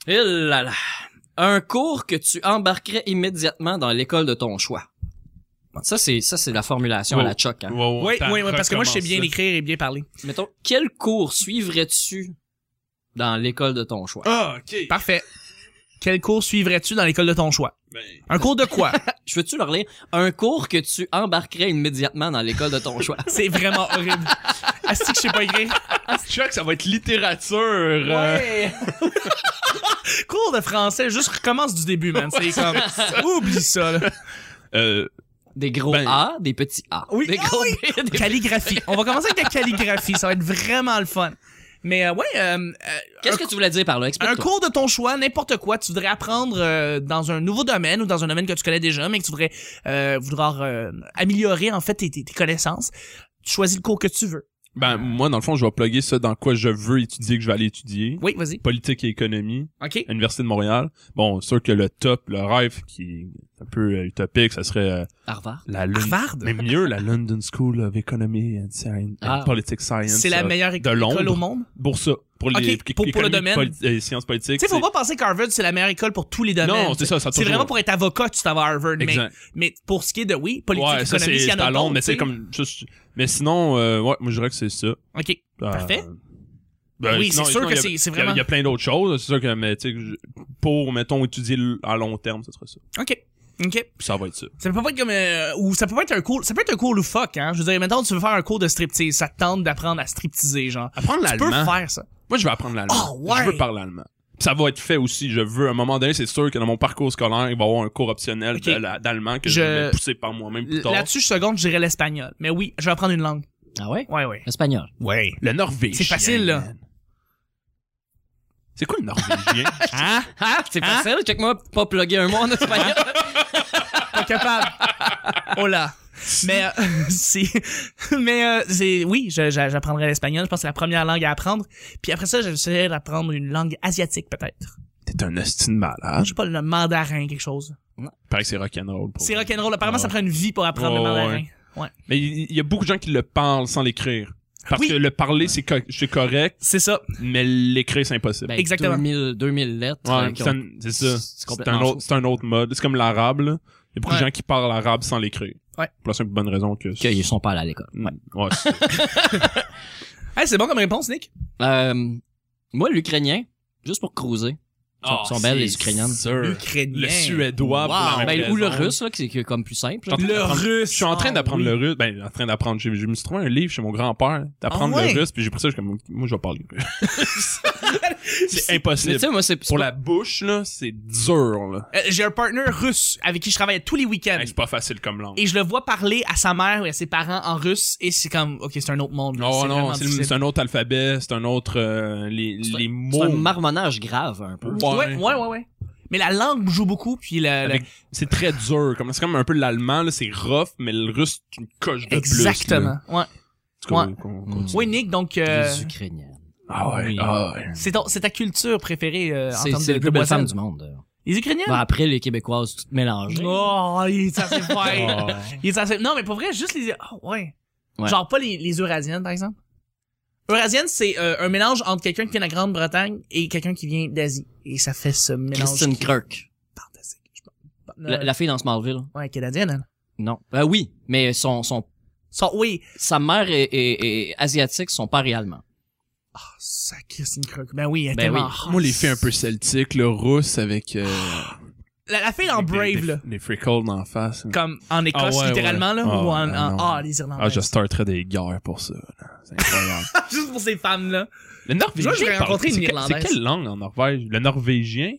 Speaker 4: Eh là là. Un cours que tu embarquerais immédiatement dans l'école de ton choix. Ça, c'est, ça, c'est la formulation à la choc. Hein.
Speaker 2: Oui, oui, oui, parce que moi je sais bien écrire et bien parler.
Speaker 4: Mettons, quel cours suivrais-tu dans l'école de ton choix?
Speaker 3: Ah, ok.
Speaker 2: Parfait. Quel cours suivrais-tu dans l'école de ton choix?
Speaker 3: Ben,
Speaker 2: Un cours de quoi?
Speaker 4: Je veux-tu leur lire? Un cours que tu embarquerais immédiatement dans l'école de
Speaker 2: (laughs)
Speaker 4: ton choix.
Speaker 2: C'est vraiment horrible. Asti que je sais pas écrire.
Speaker 3: Chuck, ça va être littérature. euh,
Speaker 2: (laughs) Cours de français, juste recommence du début, man. C'est comme, oublie ça, là.
Speaker 3: euh,
Speaker 4: Des gros
Speaker 3: Ben-
Speaker 4: A, des petits A.
Speaker 2: Oui,
Speaker 4: des
Speaker 2: ah
Speaker 4: gros
Speaker 2: oui.
Speaker 4: B, des-
Speaker 2: Calligraphie. On va commencer avec la calligraphie. Ça va être vraiment le fun. Mais euh, ouais, euh, euh,
Speaker 4: Qu'est-ce que tu voulais dire par là?
Speaker 2: un
Speaker 4: Explique-toi.
Speaker 2: cours de ton choix, n'importe quoi, tu voudrais apprendre euh, dans un nouveau domaine ou dans un domaine que tu connais déjà, mais que tu voudrais euh, vouloir euh, améliorer en fait tes, tes- tes connaissances. Tu choisis le cours que tu veux.
Speaker 3: ben, moi, dans le fond, je vais plugger ça dans quoi je veux étudier, que je vais aller étudier.
Speaker 2: Oui, vas-y.
Speaker 3: Politique et économie,
Speaker 2: Ok.
Speaker 3: à l'Université de Montréal. Bon, c'est sûr que le top, le rêve qui est un peu euh, utopique, ça serait euh,
Speaker 4: Harvard.
Speaker 3: la London.
Speaker 2: Harvard.
Speaker 3: Mais mieux, la London School of Economy and, Science, and
Speaker 4: Ah.
Speaker 3: Politics Science.
Speaker 2: C'est la
Speaker 3: euh,
Speaker 2: meilleure
Speaker 3: de
Speaker 2: école
Speaker 3: Londres.
Speaker 2: au monde.
Speaker 3: Pour ça. Pour les
Speaker 2: Ok, pour- pour le domaine.
Speaker 3: économie, poli- euh, sciences politiques.
Speaker 2: Tu sais, faut
Speaker 3: c'est-
Speaker 2: pas penser qu'Harvard c'est la meilleure école pour tous les domaines.
Speaker 3: Non, c'est ça, ça a
Speaker 2: C'est
Speaker 3: toujours-
Speaker 2: vraiment pour être avocat, tu t'en vas à Harvard. Mais,
Speaker 3: Exact.
Speaker 2: mais pour ce qui est de oui, politique,
Speaker 3: ouais, ça,
Speaker 2: économie,
Speaker 3: c'est
Speaker 2: s'il y en
Speaker 3: c'est
Speaker 2: a
Speaker 3: à Londres,
Speaker 2: d'autres,
Speaker 3: mais c'est
Speaker 2: tu sais.
Speaker 3: comme, juste- mais sinon, euh, ouais, moi, je dirais que c'est ça.
Speaker 2: Ok. Parfait.
Speaker 3: Euh, Ben,
Speaker 2: Oui,
Speaker 3: sinon-
Speaker 2: c'est sûr
Speaker 3: sinon,
Speaker 2: que
Speaker 3: il y
Speaker 2: c'est-
Speaker 3: a-
Speaker 2: c'est
Speaker 3: il y a-
Speaker 2: vraiment-
Speaker 3: Il y a plein d'autres choses, c'est sûr que, mais tu sais, je- pour, mettons, étudier l- à long terme, ça serait ça.
Speaker 2: OK. OK.
Speaker 3: Puis ça va être ça.
Speaker 2: Ça peut pas être comme euh, ou ça peut pas être un cours, ça peut être un cours loufoque hein. Je veux dire maintenant tu veux faire un cours de striptease, ça te tente d'apprendre à stripteaser genre.
Speaker 3: Apprendre
Speaker 2: Tu peux
Speaker 3: l'allemand.
Speaker 2: faire ça.
Speaker 3: Moi, je vais apprendre l'allemand.
Speaker 2: Ah, ouais!
Speaker 3: Je veux parler allemand. Puis Ça va être fait aussi, je veux. À un moment donné, c'est sûr que dans mon parcours scolaire, il va y avoir un cours optionnel
Speaker 2: Ok.
Speaker 3: de la- d'allemand que
Speaker 2: Je-
Speaker 3: je vais pousser par moi-même plus tard.
Speaker 2: Là-dessus je seconde, je dirais l'espagnol. Mais oui, je vais apprendre une langue.
Speaker 4: Ah ouais?
Speaker 2: Ouais ouais.
Speaker 4: Espagnol.
Speaker 2: Ouais.
Speaker 3: Le norvégien.
Speaker 2: C'est facile, là.
Speaker 3: man. C'est quoi
Speaker 2: (laughs)
Speaker 3: le norvégien?
Speaker 4: Hein? Ah, c'est facile. Check-moi pas plugger un mot en espagnol.
Speaker 2: Pas capable. oh là. Mais euh, (laughs) c'est mais euh, c'est oui, je- je- j'apprendrai l'espagnol, je pense que c'est la première langue à apprendre. Puis après ça, j'essaierai d'apprendre une langue asiatique peut-être.
Speaker 3: T'es un hostile malade.
Speaker 2: Je sais pas le mandarin quelque chose.
Speaker 3: Il paraît que c'est rock'n'roll. pour
Speaker 2: C'est
Speaker 3: vrai.
Speaker 2: rock'n'roll, apparemment
Speaker 3: Ah
Speaker 2: ça prend une vie pour apprendre le
Speaker 3: Ouais, ouais,
Speaker 2: mandarin.
Speaker 3: Mais il il y a beaucoup de gens qui le parlent sans l'écrire. Parce
Speaker 2: Oui.
Speaker 3: que le parler, c'est co- c'est correct,
Speaker 2: C'est ça.
Speaker 3: mais l'écrire, c'est impossible.
Speaker 4: (laughs) Ben,
Speaker 2: Exactement.
Speaker 4: 2000, 2000 lettres. euh,
Speaker 3: Ouais,
Speaker 4: qui
Speaker 3: c'est
Speaker 4: ont-
Speaker 3: un- c'est ça.
Speaker 4: c'est
Speaker 3: C'est
Speaker 4: complètement
Speaker 3: un, autre,
Speaker 4: faux.
Speaker 3: c'est un autre mode. C'est comme l'arabe, là. Il y a beaucoup de
Speaker 2: Ouais.
Speaker 3: gens qui parlent arabe sans l'écrire.
Speaker 2: Ouais.
Speaker 3: Pour la simple bonne raison que...
Speaker 4: qu'ils sont pas allés à l'école.
Speaker 3: Mm, ouais, c'est-
Speaker 2: Hey, c'est bon comme réponse, Nick.
Speaker 4: Euh, moi, l'ukrainien, juste pour cruiser. Ils sont-
Speaker 3: Ah,
Speaker 4: sont belles, les
Speaker 3: c'est
Speaker 4: Ukrainiennes.
Speaker 3: sûr.
Speaker 2: L'Ukrainien.
Speaker 3: Euh, Le suédois. pour la
Speaker 4: Wow.
Speaker 3: même
Speaker 4: Ben, ou le
Speaker 3: raison.
Speaker 4: russe, là, qui est qui est comme plus simple.
Speaker 3: Je suis
Speaker 4: là.
Speaker 3: en train
Speaker 2: Le
Speaker 3: d'apprendre-
Speaker 2: russe.
Speaker 3: Je suis en train
Speaker 2: Ah,
Speaker 3: d'apprendre
Speaker 2: oui.
Speaker 3: le russe. Ben, en train d'apprendre. Je, je me suis trouvé un livre chez mon grand-père d'apprendre
Speaker 2: Ah, ouais?
Speaker 3: le russe, puis j'ai pris ça, je suis comme, moi, je vais
Speaker 2: (laughs)
Speaker 3: parler russe. c'est
Speaker 4: Mais
Speaker 3: impossible.
Speaker 4: tu sais, moi, c'est
Speaker 3: Pour la bouche, là, c'est dur, là.
Speaker 2: Euh, J'ai un partner russe avec qui je travaille tous les week-ends.
Speaker 3: Hey, c'est pas facile comme langue.
Speaker 2: Ah, et je le vois parler à sa mère et à ses parents en russe et c'est comme ok c'est un autre monde là.
Speaker 3: Oh
Speaker 2: C'est
Speaker 3: non,
Speaker 2: vraiment
Speaker 3: c'est
Speaker 2: difficile.
Speaker 3: c'est un autre alphabet, c'est un autre... euh, les,
Speaker 4: C'est un-
Speaker 3: les
Speaker 4: c'est
Speaker 3: mots...
Speaker 4: un marmonnage grave, un peu.
Speaker 3: Ouais.
Speaker 2: ouais ouais ouais ouais mais la langue joue beaucoup puis la, la-
Speaker 3: Avec- C'est très dur. Comme, c'est comme un peu l'allemand, là, c'est rough, mais le russe, tu me coches de
Speaker 2: exactement ouais
Speaker 3: plus. là. En tout cas,
Speaker 2: Ouais.
Speaker 3: qu'on- qu'on-
Speaker 2: oui Nick donc euh,
Speaker 4: Les Ukrainiens.
Speaker 3: Ah ouais,
Speaker 4: Oui.
Speaker 3: ah ouais.
Speaker 2: c'est ton- c'est ta culture préférée euh, en
Speaker 4: C'est
Speaker 2: termes
Speaker 4: c'est
Speaker 2: de,
Speaker 4: les
Speaker 2: de
Speaker 4: plus belles
Speaker 2: boissons.
Speaker 4: femmes du monde. euh.
Speaker 2: les Ukrainiens
Speaker 4: Ben, après, les Québécoises, toutes mélangées.
Speaker 2: oh il est assez
Speaker 4: (laughs)
Speaker 3: Ah.
Speaker 2: fort (laughs) il est assez non mais pour vrai juste les Ah, ouais.
Speaker 4: Ouais.
Speaker 2: genre pas les, les eurasiennes par exemple Eurasienne, c'est euh, un mélange entre quelqu'un qui vient de la Grande-Bretagne et quelqu'un qui vient d'Asie. Et ça fait ce mélange.
Speaker 4: Christine
Speaker 2: qui-
Speaker 4: Kirk.
Speaker 2: fantastique. Je pense-
Speaker 4: La, la fille dans Smallville.
Speaker 2: Ouais, canadienne, elle.
Speaker 4: Non. Ben oui, mais son, son,
Speaker 2: Son- oui.
Speaker 4: sa mère est, est- est asiatique, son père est allemand.
Speaker 2: Ah, ça, Christine Crook. Ben oui, elle est
Speaker 4: Ben
Speaker 2: tellement...
Speaker 4: oui.
Speaker 2: Ah,
Speaker 3: Moi, les filles un peu celtiques, le russe avec... euh,
Speaker 2: La, la fille Ah, en
Speaker 3: avec des-
Speaker 2: Brave,
Speaker 3: des-
Speaker 2: là.
Speaker 3: Les freckles en face. là.
Speaker 2: Comme en Écosse,
Speaker 3: Ah ouais,
Speaker 2: littéralement, là.
Speaker 3: ouais.
Speaker 2: ou en...
Speaker 3: Ah,
Speaker 2: en-
Speaker 3: non.
Speaker 2: Ah, les Irlandais.
Speaker 3: Ah, je starterais des guerres pour ça. là. C'est incroyable.
Speaker 2: (laughs) Juste pour ces femmes-là.
Speaker 3: le norvégien.
Speaker 2: Je vais
Speaker 3: parle-
Speaker 2: rencontrer une
Speaker 3: c'est que-
Speaker 2: Irlandaise.
Speaker 3: C'est quelle langue en Norvège Le norvégien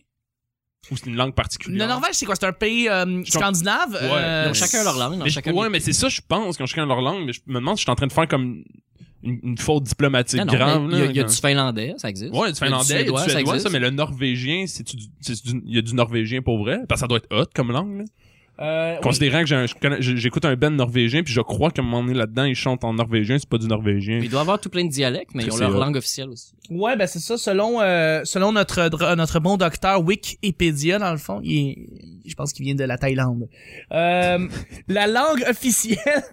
Speaker 3: Ou c'est une langue particulière
Speaker 2: Le Norvège, c'est quoi? C'est un pays euh, scandinave?
Speaker 3: Ouais.
Speaker 2: euh,
Speaker 4: Ils ont chacun leur langue, ils ont
Speaker 3: Mais je-
Speaker 4: chacun
Speaker 3: ouais,
Speaker 4: leur-
Speaker 3: mais c'est ça, je pense, qu'ils ont chacun leur langue. Mais je me demande si je suis en train de faire comme une, une faute diplomatique
Speaker 4: Non, non,
Speaker 3: grave.
Speaker 4: mais il y a-
Speaker 3: là,
Speaker 4: il y, a
Speaker 3: quand-
Speaker 4: du finlandais, ça existe.
Speaker 3: Ouais, du finlandais, il y a
Speaker 4: suédois,
Speaker 3: du
Speaker 4: ça
Speaker 3: suédois, ça,
Speaker 4: existe.
Speaker 3: mais le norvégien, c'est du, c'est du- il y a du norvégien pour vrai. Parce que ça doit être hot comme langue, là.
Speaker 2: euh, oui.
Speaker 3: Considérant que j'ai un- je connais- j'ai- j'écoute un band norvégien, puis je crois qu'à un moment donné là-dedans, ils chantent en norvégien, c'est pas du norvégien.
Speaker 4: Il doit avoir tout plein de dialectes, mais ils ont
Speaker 3: C'est
Speaker 4: leur
Speaker 3: vrai.
Speaker 4: langue officielle aussi.
Speaker 2: Ouais, ben c'est ça. Selon euh, selon notre dr- notre bon docteur Wikipédia, dans le fond, il est- je pense qu'il vient de la Thaïlande. Euh, la langue officielle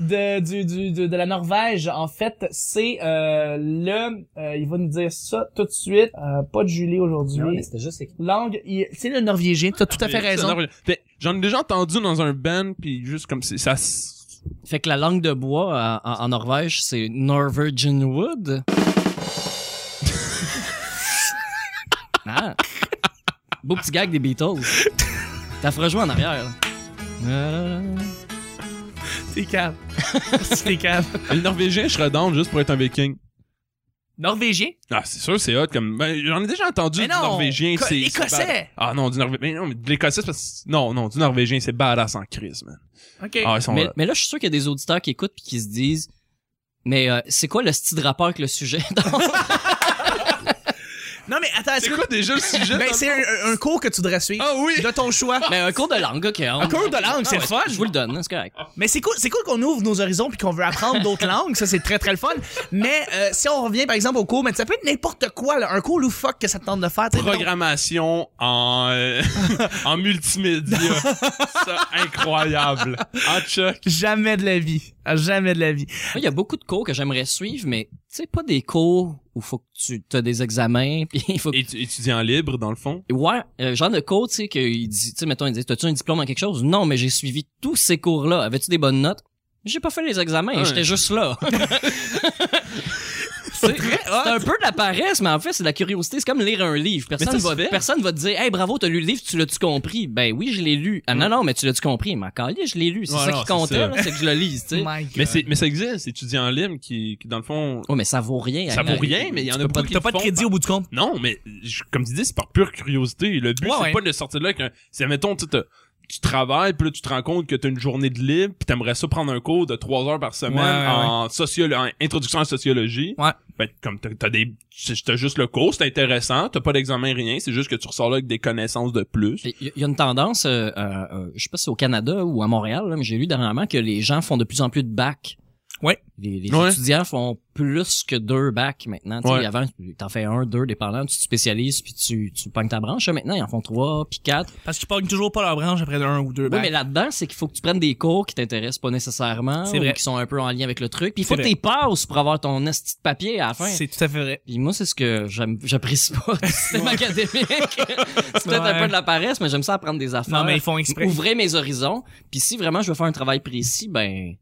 Speaker 2: de, du, du, de, de la Norvège, en fait, c'est euh, le... euh, il va nous dire ça tout de suite. Euh, pas de Julie aujourd'hui.
Speaker 4: c'était juste
Speaker 2: Langue, il- c'est le norvégien. T'as tout à fait
Speaker 3: C'est
Speaker 2: raison.
Speaker 3: norvégien. Fait, J'en ai déjà entendu dans un band, puis juste comme c'est- ça. s-
Speaker 4: Fait que la langue de bois euh, en, en- en Norvège, c'est Norwegian
Speaker 3: (laughs)
Speaker 4: Wood. ah. Beau petit gag des Beatles. T'as fait rejouer en arrière. Euh, là.
Speaker 2: T'es calme. (laughs) T'es calme.
Speaker 3: Le norvégien, je redonne juste pour être un viking.
Speaker 2: Norvégien?
Speaker 3: Ah, c'est sûr, c'est hot comme. ben, J'en ai déjà entendu
Speaker 2: Mais
Speaker 3: du
Speaker 2: non,
Speaker 3: norvégien.
Speaker 2: co-
Speaker 3: c'est- c'est
Speaker 2: écossais.
Speaker 3: bad- Ah non, du norvégien. Mais non, mais de l'écossais, c'est parce que- Non, non, du norvégien, c'est badass en crise, man.
Speaker 2: OK.
Speaker 3: Ah, ils sont
Speaker 4: mais,
Speaker 3: hot.
Speaker 4: mais là, je suis sûr qu'il y a des auditeurs qui écoutent puis qui se disent Mais euh, c'est quoi le style de rapport avec le sujet? (laughs)
Speaker 2: Non, mais attends,
Speaker 3: C'est quoi déjà le sujet?
Speaker 2: Ben,
Speaker 3: dans-
Speaker 2: c'est un, un- un cours que tu devrais suivre.
Speaker 3: Ah oui!
Speaker 2: De ton choix.
Speaker 4: mais un cours de langue, ok. on-
Speaker 2: Un cours de langue, c'est
Speaker 4: Ah ouais,
Speaker 2: le fun.
Speaker 4: Je vous le donne, c'est correct.
Speaker 2: Mais c'est cool, c'est cool qu'on ouvre nos horizons puis qu'on veut apprendre
Speaker 3: (laughs)
Speaker 2: d'autres langues, ça c'est très très le fun. Mais euh, si on revient par exemple au cours, mais ça peut être n'importe quoi, là, un cours loufoque que ça te tente de faire. tu sais, mettons-
Speaker 3: Programmation en, euh, (laughs) en multimédia.
Speaker 2: (laughs)
Speaker 3: ça, incroyable. Ah, Chuck.
Speaker 2: Jamais de la vie, À jamais de la vie.
Speaker 4: Moi, il y a beaucoup de cours que j'aimerais suivre, mais tu sais, pas des cours où faut que tu as des examens, (laughs) puis il faut que
Speaker 3: Étu- étudiant libre, dans le fond.
Speaker 4: Ouais, euh, genre de cours, tu sais, qu'il dit, tu sais, mettons, il dit, t'as-tu un diplôme en quelque chose? Non, mais j'ai suivi tous ces cours-là. Avais-tu des (laughs) bonnes notes? J'ai pas fait les examens,
Speaker 3: Ouais.
Speaker 4: j'étais juste là.
Speaker 2: C'est très,
Speaker 4: C'est un peu de la paresse, mais en fait, c'est de la curiosité. C'est comme lire un livre. Personne
Speaker 3: Mais ça
Speaker 4: va,
Speaker 3: se fait.
Speaker 4: personne va te dire, hey, bravo, t'as lu le livre, tu l'as-tu compris? Ben oui, je l'ai lu. Ah, non, non, mais tu l'as-tu compris? Mais encore, je l'ai lu. C'est
Speaker 3: Ouais,
Speaker 4: ça
Speaker 3: non,
Speaker 4: qui
Speaker 3: c'est
Speaker 4: comptait,
Speaker 3: ça.
Speaker 4: là, c'est que je le lise, tu sais.
Speaker 2: My God.
Speaker 3: Mais, c'est- mais ça existe, c'est étudiant en libre qui, qui, dans le fond,
Speaker 4: Oh, mais ça vaut rien.
Speaker 3: ça
Speaker 4: Alain.
Speaker 3: vaut rien, mais il y en a
Speaker 2: T'as
Speaker 3: beaucoup qui
Speaker 2: t'as
Speaker 3: le
Speaker 2: pas de
Speaker 3: font
Speaker 2: crédit au bout du compte.
Speaker 3: Non, mais je- comme tu dis, c'est par pure curiosité. Le but,
Speaker 2: Ouais,
Speaker 3: c'est
Speaker 2: ouais.
Speaker 3: pas de sortir de là qu'un. C'est, mettons, tu, te- tu travailles, puis là, tu te rends compte que tu as une journée de libre, puis t'aimerais ça prendre un cours de trois heures par semaine
Speaker 2: Ouais, ouais,
Speaker 3: en, sociolo- en introduction à la sociologie.
Speaker 2: Ouais.
Speaker 3: Ben, comme t'as, t'as des, c'est- t'as juste le cours, c'est intéressant, t'as pas d'examen, rien, c'est juste que tu ressors là avec des connaissances de plus.
Speaker 4: Il y- y a une tendance, euh, euh, euh, je sais pas si c'est au Canada ou à Montréal, là, mais j'ai lu dernièrement que les gens font de plus en plus de bacs.
Speaker 2: Ouais.
Speaker 4: Les, les
Speaker 3: Ouais.
Speaker 4: étudiants font plus que deux bacs maintenant. Tu sais,
Speaker 3: Ouais.
Speaker 4: Avant, t'en fais un, deux, dépendant, tu te spécialises, puis tu, tu pognes ta branche. Là, Maintenant, ils en font trois, puis quatre.
Speaker 2: Parce qu'ils pognent toujours pas leur branche après un ou deux.
Speaker 4: Oui, mais là-dedans, c'est qu'il faut que tu prennes des cours qui t'intéressent pas nécessairement,
Speaker 2: C'est
Speaker 4: ou
Speaker 2: vrai.
Speaker 4: qui sont un peu en lien avec le truc. Puis il
Speaker 2: C'est
Speaker 4: faut que
Speaker 2: vrai.
Speaker 4: t'y passes pour avoir ton esti de papier à la fin.
Speaker 2: C'est tout à fait vrai.
Speaker 4: Puis moi, c'est ce que j'aime, j'apprécie pas
Speaker 2: (laughs)
Speaker 4: du système académique. (laughs) c'est peut-être un
Speaker 2: Ouais.
Speaker 4: peu de la paresse, mais j'aime ça apprendre des affaires.
Speaker 2: Non, mais ils font exprès.
Speaker 4: Ouvrez mes horizons. Puis si vraiment je veux faire un travail précis, ben,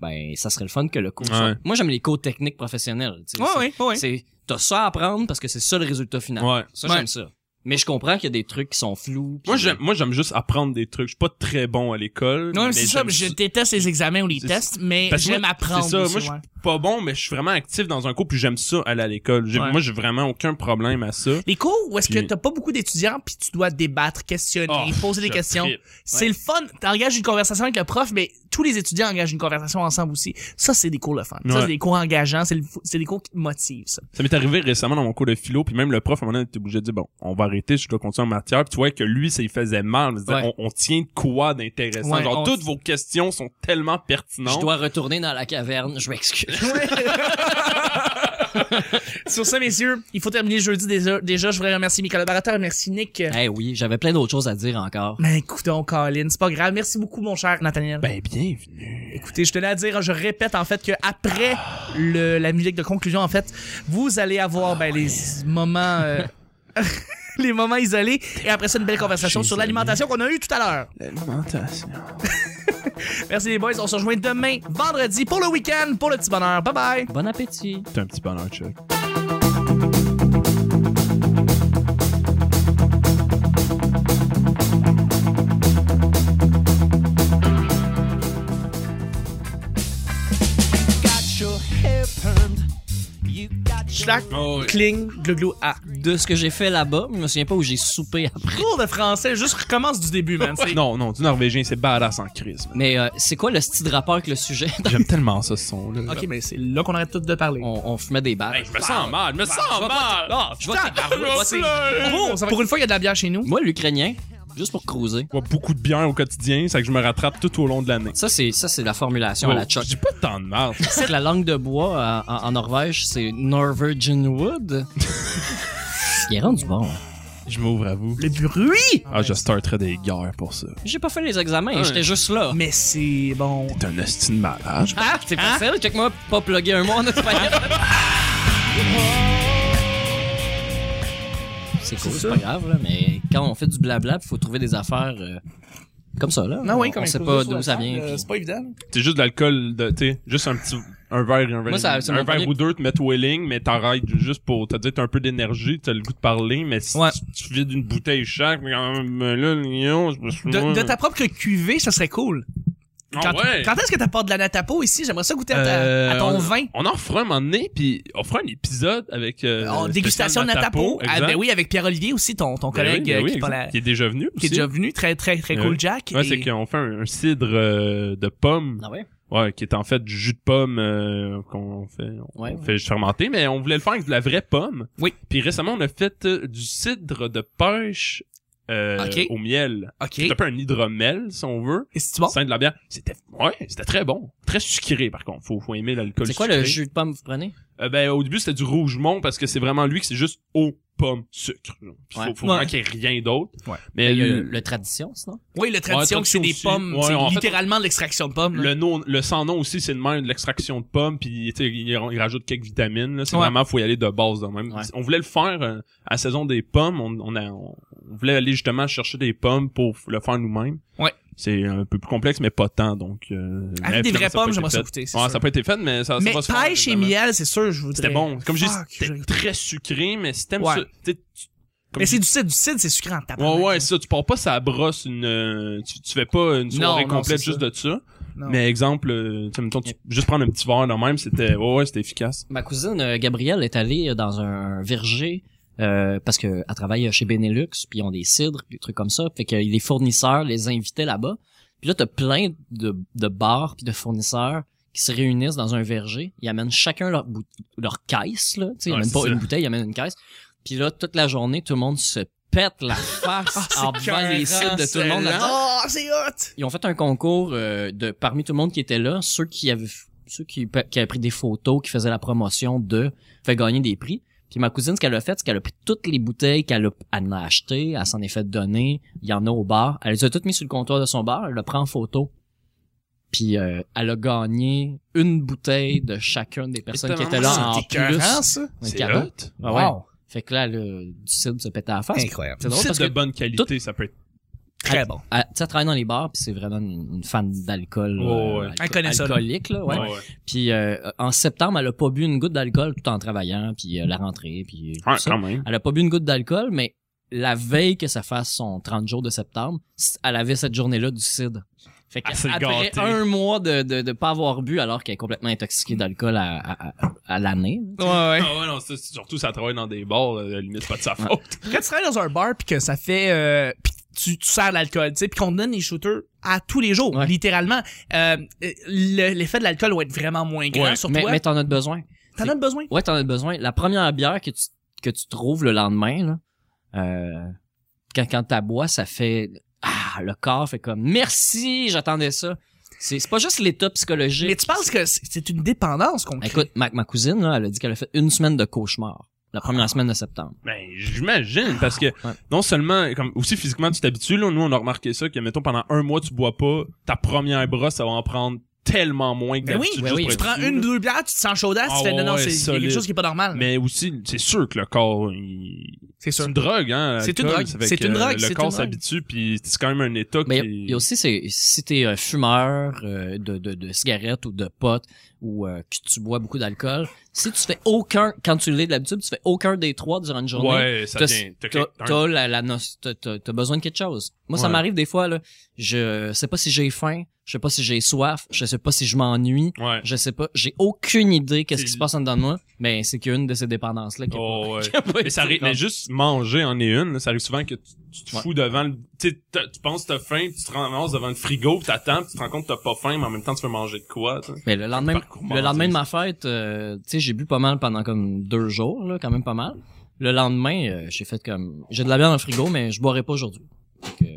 Speaker 4: ben, ça serait le fun que le cours. soit-
Speaker 3: Ouais.
Speaker 4: Moi, j'aime les cours techniques professionnels. tu sais.
Speaker 2: Ouais,
Speaker 4: C'est-
Speaker 2: ouais, ouais.
Speaker 4: C'est, t'as ça à apprendre parce que c'est ça le résultat final.
Speaker 3: Ouais.
Speaker 4: Ça,
Speaker 2: Ouais.
Speaker 4: j'aime ça. Mais je comprends qu'il y a des trucs qui sont flous. puis-
Speaker 3: Moi, j'aime, moi, j'aime juste apprendre des trucs. Je suis pas très bon à l'école.
Speaker 2: Non, mais c'est ça,
Speaker 3: j'aime
Speaker 2: je déteste les examens ou les
Speaker 3: C'est-
Speaker 2: tests, mais
Speaker 3: Parce que
Speaker 2: j'aime
Speaker 3: moi,
Speaker 2: apprendre.
Speaker 3: C'est ça,
Speaker 2: aussi,
Speaker 3: moi, je suis
Speaker 2: ouais.
Speaker 3: pas bon, mais je suis vraiment actif dans un cours, puis j'aime ça aller à l'école. J'ai-
Speaker 2: Ouais.
Speaker 3: Moi, j'ai vraiment aucun problème à ça.
Speaker 2: Les cours où est-ce que
Speaker 3: Puis-
Speaker 2: t'as pas beaucoup d'étudiants puis tu dois débattre, questionner,
Speaker 3: Oh,
Speaker 2: poser des
Speaker 3: je
Speaker 2: questions.
Speaker 3: trippe.
Speaker 2: C'est le fun. T'engages une conversation avec le prof, mais tous les étudiants engagent une conversation ensemble aussi. Ça, c'est des cours le fun. Ça,
Speaker 3: Ouais.
Speaker 2: c'est des cours engageants. C'est le fou- c'est des cours qui te motivent, ça.
Speaker 3: Ça m'est arrivé récemment dans mon cours de philo, puis même le prof, à un moment donné, était obligé de dire, bon, on va arrêter, je dois continuer en matière. Puis tu vois que lui, ça lui faisait mal. Je me disais,
Speaker 4: Ouais.
Speaker 3: on, on tient de quoi d'intéressant?
Speaker 2: Ouais,
Speaker 3: Genre,
Speaker 2: on-
Speaker 3: toutes vos questions sont tellement
Speaker 4: Je
Speaker 3: pertinentes.
Speaker 4: dois retourner dans la caverne. Je m'excuse. (laughs)
Speaker 2: Sur ça, messieurs, il faut terminer jeudi déjà. Déjà, je voudrais remercier mes collaborateurs. Merci, Nick.
Speaker 4: Eh oui, j'avais plein d'autres choses à dire encore.
Speaker 2: Ben, écoute donc, Colin, c'est pas grave. Merci beaucoup, mon cher Nathaniel.
Speaker 3: Ben, bienvenue.
Speaker 2: Écoutez, je tenais à dire, je répète en fait que après le, la musique de conclusion, en fait, vous allez avoir ben, les moments, euh, (laughs) les moments isolés, et après ça une belle conversation sur l'alimentation qu'on a eue tout à l'heure. (laughs) Merci les boys, on se rejoint demain, vendredi, pour le week-end, pour le petit bonheur. Bye bye.
Speaker 4: Bon appétit.
Speaker 3: T'es un petit bonheur,
Speaker 4: (laughs)
Speaker 3: Chuck.
Speaker 2: Schlack,
Speaker 3: Oh, oui.
Speaker 2: cling, glouglou, ah.
Speaker 4: De ce que j'ai fait là-bas, je me souviens pas où j'ai soupé après.
Speaker 2: Cours de français, juste recommence du début,
Speaker 4: Ben,
Speaker 2: man.
Speaker 3: (laughs)
Speaker 2: c'est-
Speaker 3: Non, non, du norvégien, c'est badass en crise. man.
Speaker 4: Mais euh, c'est quoi le style de rapport avec le sujet? (laughs)
Speaker 3: J'aime tellement ça, ce son-là.
Speaker 2: Ok, mais c'est là qu'on arrête tout de parler.
Speaker 4: on, on fumait des battes.
Speaker 3: Hey, je me sens mal, je me sens
Speaker 4: vais
Speaker 3: mal. Ah,
Speaker 4: Je vais te-
Speaker 3: je vais pleurer.
Speaker 2: Pour, pour une fois, il y a de la bière chez nous.
Speaker 4: Moi, l'Ukrainien, juste pour cruiser.
Speaker 3: Je bois beaucoup de bière au quotidien, c'est que je me rattrape tout au long de l'année.
Speaker 4: Ça, c'est ça c'est la formulation à la
Speaker 3: Je
Speaker 4: choc.
Speaker 3: dis pas tant de merde.
Speaker 4: C'est que la langue de bois euh, en, en- en Norvège, c'est Norwegian Wood. (laughs) Il est rendu bon. hein.
Speaker 3: Je m'ouvre à vous.
Speaker 2: Le bruit!
Speaker 3: Ah, je starterais des guerres pour ça.
Speaker 4: J'ai pas fait les examens, j'étais juste là.
Speaker 2: Mais c'est bon.
Speaker 3: T'es un hostie de malade.
Speaker 4: Ah, c'est facile, check-moi, pas plugger un mot en (laughs) espagnol. C'est cool, c'est pas grave, là, mais quand on fait du blabla, il faut trouver des affaires euh, comme ça, là.
Speaker 2: Non, oui,
Speaker 4: On-
Speaker 2: comme
Speaker 4: on
Speaker 2: une
Speaker 4: sait
Speaker 2: cause de
Speaker 4: pas d'où
Speaker 2: sous
Speaker 4: ça
Speaker 2: la
Speaker 4: vient.
Speaker 2: table, euh,
Speaker 4: puis-
Speaker 2: C'est pas évident.
Speaker 3: C'est juste de l'alcool, de- tu sais, juste un petit un verre, un verre,
Speaker 4: Moi, ça- c'est
Speaker 3: un
Speaker 4: mon
Speaker 3: verre
Speaker 4: premier-
Speaker 3: ou deux te met au wheeling, mais t'arrêtes juste pour te dire t'as un peu d'énergie, t'as le goût de parler, mais si
Speaker 2: Ouais.
Speaker 3: tu, tu vides une bouteille chaque, mais quand même, ben là, l'union, je me suis
Speaker 2: De, de ta propre cuvée, ça serait cool.
Speaker 3: Mm. Ah
Speaker 2: Quand,
Speaker 3: ouais.
Speaker 2: quand est-ce que t'apportes de la natapo ici? J'aimerais ça goûter à, ta-
Speaker 3: Euh,
Speaker 2: à ton
Speaker 3: on-
Speaker 2: vin.
Speaker 3: On en fera un moment donné, puis on fera un épisode avec euh,
Speaker 2: En
Speaker 3: spécial
Speaker 2: dégustation de natapo. Ah,
Speaker 3: exact.
Speaker 2: ben oui, avec Pierre-Olivier aussi, ton, ton
Speaker 3: Ben oui,
Speaker 2: collègue
Speaker 3: ben
Speaker 2: euh,
Speaker 3: oui,
Speaker 2: qui, est pas
Speaker 3: exact.
Speaker 2: la-
Speaker 3: Qui est déjà venu
Speaker 2: qui est
Speaker 3: aussi.
Speaker 2: déjà venu. Très, très, très
Speaker 3: Ben
Speaker 2: cool,
Speaker 3: oui.
Speaker 2: Jack.
Speaker 3: Ouais,
Speaker 2: Et-
Speaker 3: c'est qu'on fait un, un cidre euh, de pomme.
Speaker 4: Ah ouais?
Speaker 3: Ouais, qui est en fait du jus de pomme euh, qu'on fait, on
Speaker 4: Ouais,
Speaker 3: fait fermenter, mais on voulait le faire avec de la vraie pomme.
Speaker 2: Oui.
Speaker 3: Puis récemment, on a fait euh, du cidre de pêche euh,
Speaker 2: Ok.
Speaker 3: au miel.
Speaker 2: OK.
Speaker 3: C'est un peu un hydromel, si on veut.
Speaker 2: Et c'est bon?
Speaker 3: Sein de la bière. C'était, ouais, c'était très bon. Très sucré, par contre. Faut, faut aimer l'alcool
Speaker 4: C'est quoi
Speaker 3: sucré.
Speaker 4: le jus de pomme que vous prenez?
Speaker 3: Euh, ben, au début, c'était du rougemont parce que c'est vraiment lui que c'est juste eau, pomme, sucre. genre. Puis
Speaker 4: Ouais.
Speaker 3: Faut, faut
Speaker 2: Ouais.
Speaker 3: vraiment qu'il y ait rien d'autre.
Speaker 2: Ouais.
Speaker 3: Mais
Speaker 4: Il y a
Speaker 3: le,
Speaker 4: Euh, le, le tradition, sinon?
Speaker 2: Oui, la tradition,
Speaker 3: Ouais,
Speaker 2: que c'est des
Speaker 3: tradition
Speaker 2: pommes.
Speaker 3: aussi. Ouais,
Speaker 2: c'est
Speaker 3: en fait-
Speaker 2: littéralement de l'extraction de pommes. là.
Speaker 3: le nom, le sans nom aussi, c'est de même de l'extraction de pommes, puis tu sais, il, il rajoute quelques vitamines. là. C'est
Speaker 2: Ouais.
Speaker 3: vraiment faut y aller de base de même.
Speaker 4: Ouais.
Speaker 3: On voulait le faire euh, à la saison des pommes. On, on, a- on voulait aller justement chercher des pommes pour le faire nous-mêmes.
Speaker 2: Ouais.
Speaker 3: C'est un peu plus complexe, mais pas tant, donc... euh, mais
Speaker 2: Avec des
Speaker 3: finalement,
Speaker 2: vraies
Speaker 3: ça a pas
Speaker 2: pommes,
Speaker 3: été
Speaker 2: j'aimerais ça
Speaker 3: fait.
Speaker 2: goûter, c'est
Speaker 3: Ouais,
Speaker 2: sûr.
Speaker 3: ça peut être fun, mais ça, ça
Speaker 2: Mais
Speaker 3: va se faire,
Speaker 2: pêche et
Speaker 3: évidemment.
Speaker 2: miel, c'est sûr, je voudrais.
Speaker 3: C'était bon. Comme j'ai dit,
Speaker 2: Fuck,
Speaker 3: c'était
Speaker 2: j'ai-
Speaker 3: très sucré, mais si t'aimes
Speaker 2: Ouais.
Speaker 3: ça... tu sais, tu- comme
Speaker 2: Mais
Speaker 3: je-
Speaker 2: c'est du cidre, du cidre, c'est sucré en tape.
Speaker 3: Ouais, ouais, c'est ça. Tu pars pas ça brosse une. euh, Tu, tu fais pas
Speaker 2: Non,
Speaker 3: une soirée
Speaker 2: non,
Speaker 3: complète
Speaker 2: c'est
Speaker 3: juste
Speaker 2: ça.
Speaker 3: de ça.
Speaker 2: Non.
Speaker 3: Mais exemple, euh, tu sais, mettons, tu- juste prendre un petit verre de même, c'était. Ouais, ouais, c'était efficace.
Speaker 4: Ma cousine euh, Gabrielle est allée dans un verger euh, parce que elle travaille chez Benelux, puis ils ont des cidres, des trucs comme ça. Fait que les fournisseurs les invitaient là-bas. Puis là, t'as plein de, de bars puis de fournisseurs qui se réunissent dans un verger. Ils amènent chacun leur bout- leur caisse là. Tu sais, ils
Speaker 3: Ouais,
Speaker 4: amènent
Speaker 3: c'est
Speaker 4: pas
Speaker 3: ça.
Speaker 4: une bouteille, ils amènent une caisse. Puis là, toute la journée, tout le monde se pète
Speaker 3: (laughs)
Speaker 4: la
Speaker 3: Ah,
Speaker 4: face
Speaker 2: c'est
Speaker 4: en buvant les cidres de tout le monde.
Speaker 3: c'est
Speaker 4: là-dedans.
Speaker 2: Oh, c'est hot!
Speaker 4: Ils ont fait un concours euh, de parmi tout le monde qui était là, ceux qui avaient f- ceux qui, pa- qui avaient pris des photos, qui faisaient la promotion de fait gagner des prix. Puis ma cousine, ce qu'elle a fait, c'est qu'elle a pris toutes les bouteilles qu'elle a, elle en a achetées, elle s'en est fait donner, il y en a au bar. Elle les a toutes mises sur le comptoir de son bar, elle le prend en photo. Puis euh, elle a gagné une bouteille de chacune des personnes qui étaient là en
Speaker 2: Ah, C'est
Speaker 4: plus.
Speaker 2: écœurant, ça.
Speaker 4: Un
Speaker 3: C'est
Speaker 4: cadeau.
Speaker 3: hot.
Speaker 4: Ah ouais. Fait que là, elle a du cidre se péter à la face.
Speaker 2: Incroyable.
Speaker 4: C'est drôle
Speaker 3: C'est
Speaker 4: parce
Speaker 3: de
Speaker 4: que
Speaker 3: bonne qualité, ça peut être.
Speaker 2: Très bon.
Speaker 4: elle, tu sais, elle travaille dans les bars, puis c'est vraiment une, une fan d'alcool.
Speaker 3: Oh, ouais.
Speaker 4: alco-
Speaker 2: Elle connaît ça, là.
Speaker 4: Alcoolique, là, ouais.
Speaker 3: Ouais, ouais.
Speaker 4: Puis euh, en septembre, elle a pas bu une goutte d'alcool tout en travaillant, puis euh, la rentrée, puis tout
Speaker 3: Ouais,
Speaker 4: ça.
Speaker 3: quand même.
Speaker 4: Elle a pas bu une goutte d'alcool, mais la veille que ça fasse son 30 jours de septembre, c- elle avait cette journée-là du CID. Fait
Speaker 3: Elle s'est
Speaker 4: qu'après
Speaker 3: gâtée.
Speaker 4: un mois de, de, de pas avoir bu alors qu'elle est complètement intoxiquée d'alcool à, à, à- à l'année.
Speaker 2: Ouais, ouais.
Speaker 3: Ah ouais, non, c'est- c'est- surtout ça travaille dans des bars, euh, limite, c'est pas de sa
Speaker 4: Ouais.
Speaker 3: faute.
Speaker 2: Quand tu travailles dans un bar puis que ça fait euh, puis tu, tu sers de l'alcool, tu sais, puis qu'on te donne les shooters à tous les jours,
Speaker 4: Ouais.
Speaker 2: littéralement, euh, euh, le- l'effet de l'alcool va être vraiment moins grand
Speaker 3: Ouais,
Speaker 2: sur
Speaker 4: Mais,
Speaker 2: toi.
Speaker 4: mais t'en as besoin.
Speaker 2: T'en as besoin.
Speaker 4: Ouais, t'en as besoin. La première bière que tu, que tu trouves le lendemain, là, euh, quand, quand t'as bois, ça fait, ah, le corps fait comme, merci, j'attendais ça. C'est, c'est pas juste l'état psychologique.
Speaker 2: Mais tu penses que c'est- c'est une dépendance qu'on crée?
Speaker 4: Écoute, ma, ma cousine, là, elle a dit qu'elle a fait une semaine de cauchemar. La première semaine de septembre.
Speaker 3: Ben, j'imagine, parce que
Speaker 4: Ouais.
Speaker 3: non seulement, comme aussi physiquement, tu t'habitues, là, nous, on a remarqué ça, que, mettons, pendant un mois, tu bois pas, ta première brosse, ça va en prendre tellement moins que
Speaker 2: Ben oui,
Speaker 3: d'habitude,
Speaker 4: ben
Speaker 3: juste
Speaker 4: oui.
Speaker 3: pour
Speaker 2: Tu
Speaker 3: être
Speaker 2: prends
Speaker 3: sûr,
Speaker 2: une,
Speaker 3: là.
Speaker 2: deux bières, tu te sens chaudasse,
Speaker 3: Ah
Speaker 2: tu fais non, non,
Speaker 3: ouais,
Speaker 2: c'est il y a
Speaker 3: solide.
Speaker 2: quelque chose qui est pas normal.
Speaker 3: Mais aussi, c'est sûr que le corps, il...
Speaker 2: c'est sûr.
Speaker 3: C'est une drogue, hein.
Speaker 2: C'est
Speaker 3: l'alcool,
Speaker 2: une drogue.
Speaker 3: ça fait
Speaker 2: C'est
Speaker 3: que
Speaker 2: une drogue, c'est
Speaker 3: Le
Speaker 2: une
Speaker 3: corps
Speaker 2: drogue.
Speaker 3: s'habitue, puis c'est quand même un état
Speaker 4: Mais
Speaker 3: qui...
Speaker 4: il y a aussi, c'est, si t'es euh, fumeur euh, de, de, de cigarettes ou de potes ou euh, que tu bois beaucoup d'alcool, si tu fais aucun, quand tu l'es d'habitude, tu fais aucun des trois durant une journée,
Speaker 3: Ouais, ça
Speaker 4: t'as-
Speaker 3: vient. t'as-
Speaker 4: t'as
Speaker 3: t'as-
Speaker 4: t'as la, la no- t'as- t'as- t'as besoin de quelque chose. Moi, ça
Speaker 3: Ouais.
Speaker 4: m'arrive des fois, là, je sais pas si j'ai faim, je sais pas si j'ai soif, je sais pas si je m'ennuie, (laughs)
Speaker 3: Ouais.
Speaker 4: je sais pas, j'ai aucune idée qu'est-ce qui
Speaker 3: C'est-
Speaker 4: se passe en dedans de moi, mais c'est qu'il y a une de ces dépendances-là qui est
Speaker 3: Oh, ouais.
Speaker 4: pas- qui a pas
Speaker 3: Mais, ça
Speaker 4: été
Speaker 3: arrive, mais juste manger en est une. là. Ça arrive souvent que tu, tu te
Speaker 4: Ouais.
Speaker 3: fous devant le... Tu sais, t'as- tu penses que t'as faim, puis tu te ramasses devant le frigo, puis t'attends, puis tu te rends compte que t'as pas faim, mais en même temps, tu veux manger de quoi, tu sais.
Speaker 4: Mais le lendemain,
Speaker 3: parcours
Speaker 4: le
Speaker 3: mental.
Speaker 4: lendemain de ma fête, euh, tu sais, j'ai bu pas mal pendant comme deux jours, là, quand même pas mal. Le lendemain, euh, j'ai fait comme, j'ai de la bière dans le frigo, mais je boirai pas aujourd'hui. Fait que-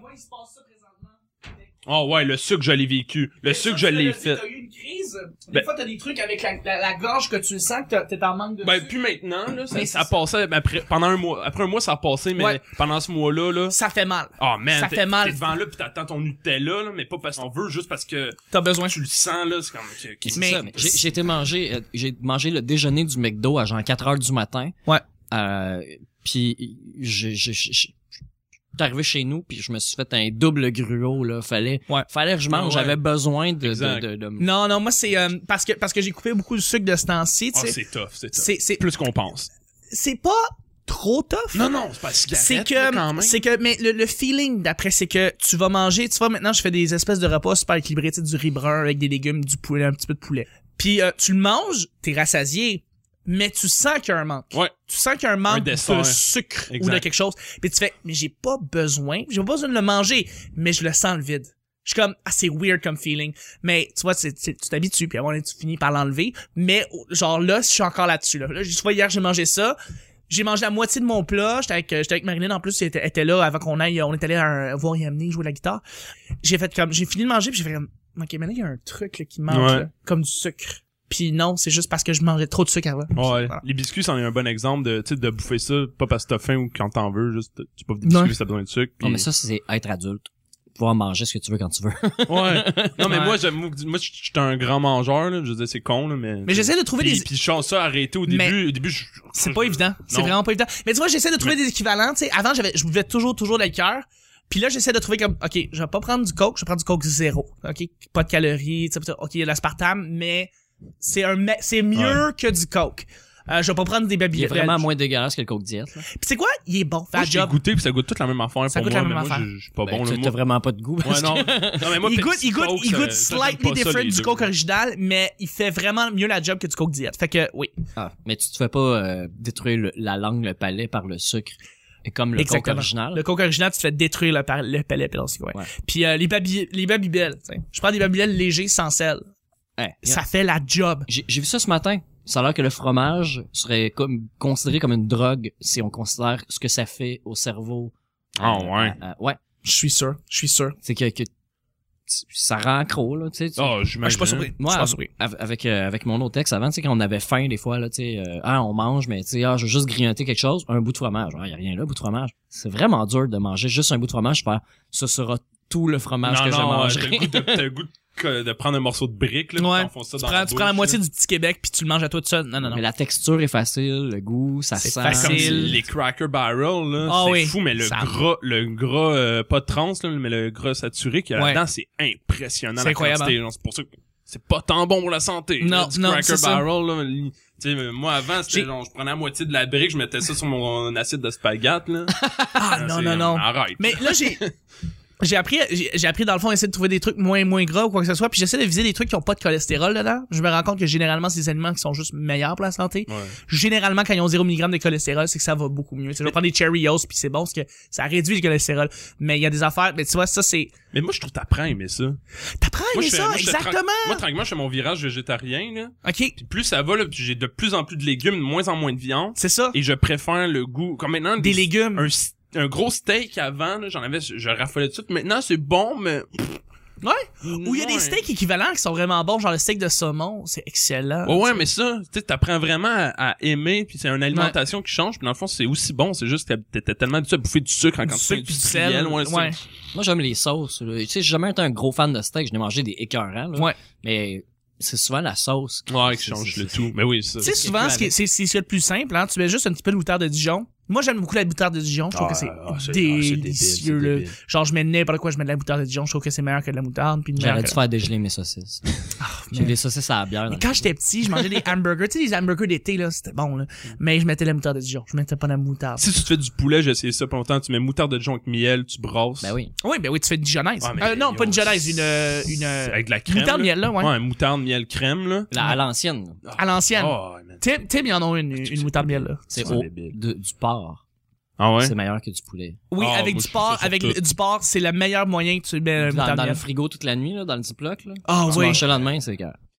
Speaker 2: moi, il se passe ça présentement.
Speaker 3: Oh ouais, le sucre, je l'ai vécu. Le sucre, je l'ai fait.
Speaker 2: eu une crise.
Speaker 3: Des Ben-
Speaker 2: fois, t'as des trucs avec la, gorge que tu sens que t'es en manque de.
Speaker 3: Ben, plus maintenant, là, ça,
Speaker 2: Mais
Speaker 3: ça
Speaker 2: c'est
Speaker 3: passait, mais après, pendant un mois, après un mois, ça a passé, mais
Speaker 2: Ouais.
Speaker 3: pendant ce mois-là, là,
Speaker 2: ça fait mal.
Speaker 3: oh man,
Speaker 2: Ça
Speaker 3: t'es-
Speaker 2: fait mal.
Speaker 3: T'es devant là, puis t'attends ton Nutella, là, mais pas parce qu'on veut, juste parce que
Speaker 2: T'as besoin.
Speaker 3: tu le sens, là, c'est comme... que- que-
Speaker 2: Mais-
Speaker 4: C'est ça, j'ai j'ai été manger, euh, j'ai mangé le déjeuner du McDo à genre 4 heures du matin.
Speaker 2: Ouais.
Speaker 4: Euh, puis j'ai j'ai- j'ai- j'ai- j'étais arrivé chez nous puis je me suis fait un double gruau là, fallait
Speaker 2: Ouais.
Speaker 4: fallait que je mange,
Speaker 3: Ouais.
Speaker 4: j'avais besoin de de,
Speaker 3: Exact.
Speaker 4: de, de-
Speaker 2: Non, non, moi, c'est euh, parce que, parce que j'ai coupé beaucoup de sucre de ce temps-ci,
Speaker 3: Ah,
Speaker 2: tu sais.
Speaker 3: c'est tough, c'est tough.
Speaker 2: C'est, c'est,
Speaker 3: Plus qu'on pense.
Speaker 2: c'est pas trop tough.
Speaker 3: Non, non, c'est pas si
Speaker 2: C'est que, c'est que, mais le, le feeling d'après, c'est que tu vas manger, tu vois, maintenant, je fais des espèces de repas super équilibrés, tu sais, du riz brun avec des légumes, du poulet, un petit peu de poulet. Puis, euh, tu le manges, t'es rassasié, mais tu sens qu'il y a un manque.
Speaker 3: Ouais.
Speaker 2: Tu sens qu'il y a un manque de
Speaker 3: dessert.
Speaker 2: sucre ou de
Speaker 3: Exact.
Speaker 2: quelque chose. Puis tu fais, mais j'ai pas besoin, j'ai pas besoin de le manger, mais je le sens le vide. Je suis comme, ah, c'est weird comme feeling. Mais tu vois, c'est- c'est- tu t'habitues, puis à un moment donné, tu finis par l'enlever. Mais oh, genre là, je suis encore là-dessus. Là. Là, tu vois, hier, j'ai mangé ça. J'ai mangé la moitié de mon plat. J'étais avec, euh, j'étais avec Marilyn en plus, elle était, elle était là avant qu'on aille, on est allé à un- voir Yamni jouer de la guitare. J'ai fait comme, j'ai fini de manger, puis j'ai fait comme, ok, maintenant, il y a un truc là, qui me manque,
Speaker 3: Ouais.
Speaker 2: là, comme du sucre. Puis non, c'est juste parce que je mangeais trop de sucre avant.
Speaker 3: Ouais.
Speaker 2: Voilà.
Speaker 3: Les biscuits, c'en est un bon exemple de, tu sais, de bouffer ça, pas parce que t'as faim ou quand t'en veux, juste, tu bouffes des
Speaker 2: Non.
Speaker 3: biscuits, si t'as besoin de sucre. puis-
Speaker 4: Non, mais ça c'est être adulte, pouvoir manger ce que tu veux quand tu veux.
Speaker 3: Ouais.
Speaker 2: (laughs)
Speaker 3: Non, mais
Speaker 2: Ouais.
Speaker 3: moi, j'aime, moi, je suis un grand mangeur, là. Je veux dire, c'est con, là, mais.
Speaker 2: Mais j'essaie de trouver
Speaker 3: Puis,
Speaker 2: des,
Speaker 3: puis je sens ça arrêté au début.
Speaker 2: Mais-
Speaker 3: Au début, je-
Speaker 2: C'est pas évident. C'est
Speaker 3: Mm-hmm. Non.
Speaker 2: vraiment pas évident. Mais tu vois, j'essaie de trouver des équivalents. Tu sais, avant, j'avais, je buvais toujours, toujours de la liqueur. Puis là, j'essaie de trouver comme, OK, je vais pas prendre du coke, je vais prendre du coke zéro. OK, pas de calories, tu sais, OK, il y a de l'aspartame, mais c'est un, me- c'est mieux que du coke. Euh, je vais pas prendre des baby
Speaker 4: Il est vraiment moins dégueulasse que le Coke Diet. Là.
Speaker 2: Puis c'est quoi? Il est bon. Fat
Speaker 3: Moi, j'ai
Speaker 2: job.
Speaker 3: goûté, puis ça goûte toute la même affaire
Speaker 2: Ça
Speaker 3: pour
Speaker 2: goûte
Speaker 3: moi,
Speaker 2: la
Speaker 3: mais
Speaker 2: même
Speaker 3: moi,
Speaker 2: affaire.
Speaker 3: je je suis pas
Speaker 4: Ben,
Speaker 3: bon,
Speaker 4: t'as
Speaker 3: là.
Speaker 4: t'as
Speaker 3: Moi,
Speaker 4: vraiment pas de goût. parce
Speaker 3: Ouais,
Speaker 4: que-
Speaker 3: non. (laughs) non mais moi,
Speaker 2: il goûte,
Speaker 3: Pepsi
Speaker 2: il goûte,
Speaker 3: Coke,
Speaker 2: il
Speaker 3: ça-
Speaker 2: goûte
Speaker 3: ça, j'aime
Speaker 2: slightly
Speaker 3: pas ça,
Speaker 2: different
Speaker 3: les
Speaker 2: du
Speaker 3: deux.
Speaker 2: coke original, mais il fait vraiment mieux la job que du coke diète. Fait que, oui.
Speaker 4: Ah, mais tu te fais pas euh, détruire le- la langue, le palais par le sucre. Et Comme le Coke
Speaker 2: Exactement.
Speaker 4: original.
Speaker 2: Le coke original, tu te fais détruire le, par- le pellet, puis l'ensuite, ouais.
Speaker 4: Ouais.
Speaker 2: Puis euh, les, baby, les babybel, tu sais. Je prends des babybel légers sans sel.
Speaker 4: Hein,
Speaker 2: Ça fait la job.
Speaker 4: J'ai j'ai vu ça ce matin. Ça a l'air que le fromage serait comme considéré comme une drogue si on considère ce que ça fait au cerveau.
Speaker 3: Ah,
Speaker 4: Euh,
Speaker 3: ouais.
Speaker 4: euh, euh, ouais.
Speaker 2: Je suis sûr. Je suis sûr.
Speaker 4: C'est que, que tu- ça rend accro, là, tu sais. tu-
Speaker 3: Ah,
Speaker 2: Moi, je suis
Speaker 3: j'imagine.
Speaker 2: pas surpris. Je
Speaker 4: Moi,
Speaker 2: suis pas surpris.
Speaker 4: av- avec euh, avec mon autre texte avant, tu sais, quand on avait faim des fois, là, tu sais, euh, ah, on mange, mais tu sais, ah, je veux juste grignoter quelque chose, un bout de fromage. Ah, y a rien là, bout de fromage. C'est vraiment dur de manger juste un bout de fromage, faire, ce sera tout le fromage
Speaker 3: Non,
Speaker 4: que je
Speaker 3: non, euh, t'as le
Speaker 4: mangerai.
Speaker 3: goût de- t'as le goût de que- de prendre un morceau de brique, là,
Speaker 2: Ouais.
Speaker 3: puis t'enfonces ça
Speaker 2: Tu
Speaker 3: dans
Speaker 2: prends, tu prends la
Speaker 3: bouche,
Speaker 2: moitié
Speaker 3: là.
Speaker 2: du petit Québec puis tu le manges à toi tout seul. Non, non, non.
Speaker 4: Bah, Mais la texture est facile, le goût, ça
Speaker 2: C'est
Speaker 4: sent.
Speaker 2: facile.
Speaker 3: Comme
Speaker 2: Céline.
Speaker 3: les Cracker Barrel, là,
Speaker 2: Ah
Speaker 3: c'est
Speaker 2: oui.
Speaker 3: fou, mais le
Speaker 2: Ça-
Speaker 3: gras, le gras, euh, pas trans, là, mais le gras saturé qu'il y a
Speaker 2: Ouais.
Speaker 3: là-dedans, c'est impressionnant.
Speaker 2: C'est
Speaker 3: la
Speaker 2: incroyable, hein.
Speaker 3: quantité, genre, C'est pour ça que c'est pas tant bon pour la santé.
Speaker 2: Non,
Speaker 3: là, du
Speaker 2: non, c'est
Speaker 3: Cracker
Speaker 2: ça.
Speaker 3: Barrel, là, li- tu sais, euh, moi avant,
Speaker 2: J'ai-
Speaker 3: c'était genre, je prenais la moitié de la brique, je mettais ça sur mon (laughs) assiette de spaghette, là.
Speaker 2: (laughs) Ah,
Speaker 3: Là,
Speaker 2: non,
Speaker 3: c'est-
Speaker 2: non, non.
Speaker 3: Arrête.
Speaker 2: Mais là,
Speaker 4: (laughs)
Speaker 2: j'ai. J'ai appris, j'ai j'ai appris dans le fond, essayer de trouver des trucs moins moins gras ou quoi que ce soit, puis j'essaie de viser des trucs qui ont pas de cholestérol dedans. Je me rends compte que généralement c'est des aliments qui sont juste meilleurs pour la santé.
Speaker 3: Ouais.
Speaker 2: Généralement quand ils ont 0 mg de cholestérol, c'est que ça va beaucoup mieux. Tu sais, je vais prendre des Cheerios puis c'est bon parce que ça réduit le cholestérol. Mais il y a des affaires, mais tu vois ça c'est
Speaker 3: Mais moi, je trouve que t'apprends à aimer ça.
Speaker 2: t'apprends mais
Speaker 3: Moi, je fais-
Speaker 2: ça
Speaker 3: moi, je fais tra-
Speaker 2: exactement.
Speaker 3: Moi, tranquillement, je fais mon virage végétarien, là.
Speaker 2: OK,
Speaker 3: Puis plus ça va, là, puis j'ai de plus en plus de légumes, de moins en moins de viande.
Speaker 2: c'est ça.
Speaker 3: Et je préfère le goût, comme maintenant,
Speaker 2: Des légumes.
Speaker 3: un, s- un gros steak avant, là, j'en avais, je raffolais tout. de suite. Maintenant, c'est bon, mais.
Speaker 2: Ouais. Ou il y a des steaks équivalents qui sont vraiment bons, genre le steak de saumon, c'est excellent.
Speaker 3: Ouais, ouais, mais ça, tu sais, t'apprends vraiment à, à aimer, puis c'est une alimentation qui change, puis dans le fond, c'est aussi bon, c'est juste que t'étais tellement habitué à bouffer du sucre en
Speaker 2: Du
Speaker 3: quantité
Speaker 2: sucre, du
Speaker 3: industrielle,
Speaker 2: sel,
Speaker 3: ouais, c'est-
Speaker 2: ouais.
Speaker 4: Moi, j'aime les sauces. là. Tu sais, j'ai jamais été un gros fan de steak. Je n'ai mangé des écœurants, là.
Speaker 2: Ouais.
Speaker 4: Mais c'est souvent la sauce. qui-
Speaker 3: Ouais, qui change le tout. Mais oui, ça.
Speaker 2: Tu sais, souvent, ce qui est- c'est c'est ce qui est le plus simple, hein. Tu mets juste un petit peu de moutarde de Dijon. Moi, j'aime beaucoup la moutarde de Dijon. Je trouve
Speaker 3: Ah,
Speaker 2: que c'est
Speaker 3: ah, c'est- ah, c'est débile,
Speaker 2: délicieux,
Speaker 3: c'est
Speaker 2: là.
Speaker 3: débile.
Speaker 2: Genre, je mets n'importe quoi, je mets de la moutarde de Dijon. Je trouve que c'est meilleur que de la moutarde. Puis meilleur
Speaker 4: J'aurais
Speaker 2: que-
Speaker 4: dû faire dégeler
Speaker 2: (laughs)
Speaker 4: mes saucisses. J'ai
Speaker 2: Ah, man.
Speaker 4: des saucisses à la bière.
Speaker 2: Mais
Speaker 4: dans
Speaker 2: quand j'étais petit, je mangeais des hamburgers. tu sais, les hamburgers d'été, là, c'était bon, là.
Speaker 3: Mm.
Speaker 2: Mais je mettais la moutarde de Dijon. Je mettais pas la moutarde.
Speaker 3: Si tu te fais du poulet, j'ai essayé ça pendant longtemps, tu mets moutarde de Dijon avec miel, tu brasses.
Speaker 4: le- Ben oui.
Speaker 2: Oui, ben oui, tu fais une Dijonnaise.
Speaker 3: Ouais, mais
Speaker 2: Euh, non,
Speaker 3: yo,
Speaker 2: pas une Dijonnaise, une, euh, une,
Speaker 3: c'est
Speaker 2: euh,
Speaker 3: Avec de la crème.
Speaker 2: moutarde
Speaker 3: là.
Speaker 2: miel, là, ouais.
Speaker 3: Ouais, moutarde miel crème, là.
Speaker 4: La, à l'ancienne. là.
Speaker 2: À l'ancienne.
Speaker 3: Oh, man.
Speaker 2: Tim, Tim, ils en ont une, une moutarde miel, là.
Speaker 4: C'est
Speaker 3: Ah, C'est
Speaker 4: au,
Speaker 3: débile.
Speaker 4: de- du porc.
Speaker 3: Ah ouais?
Speaker 4: C'est meilleur que du poulet.
Speaker 2: Oui,
Speaker 3: Ah,
Speaker 2: avec
Speaker 3: moi,
Speaker 2: du
Speaker 3: je trouve
Speaker 2: porc,
Speaker 3: ça
Speaker 2: avec
Speaker 3: surtout.
Speaker 2: le- du porc, c'est le meilleur moyen que tu mets la
Speaker 4: Dans,
Speaker 2: moutarde
Speaker 4: dans le
Speaker 2: miel.
Speaker 4: frigo toute la nuit, là, dans le Ziploc, là.
Speaker 2: Euh, Ah
Speaker 4: Tu
Speaker 2: oui.
Speaker 4: manges ça le lendemain, c'est que...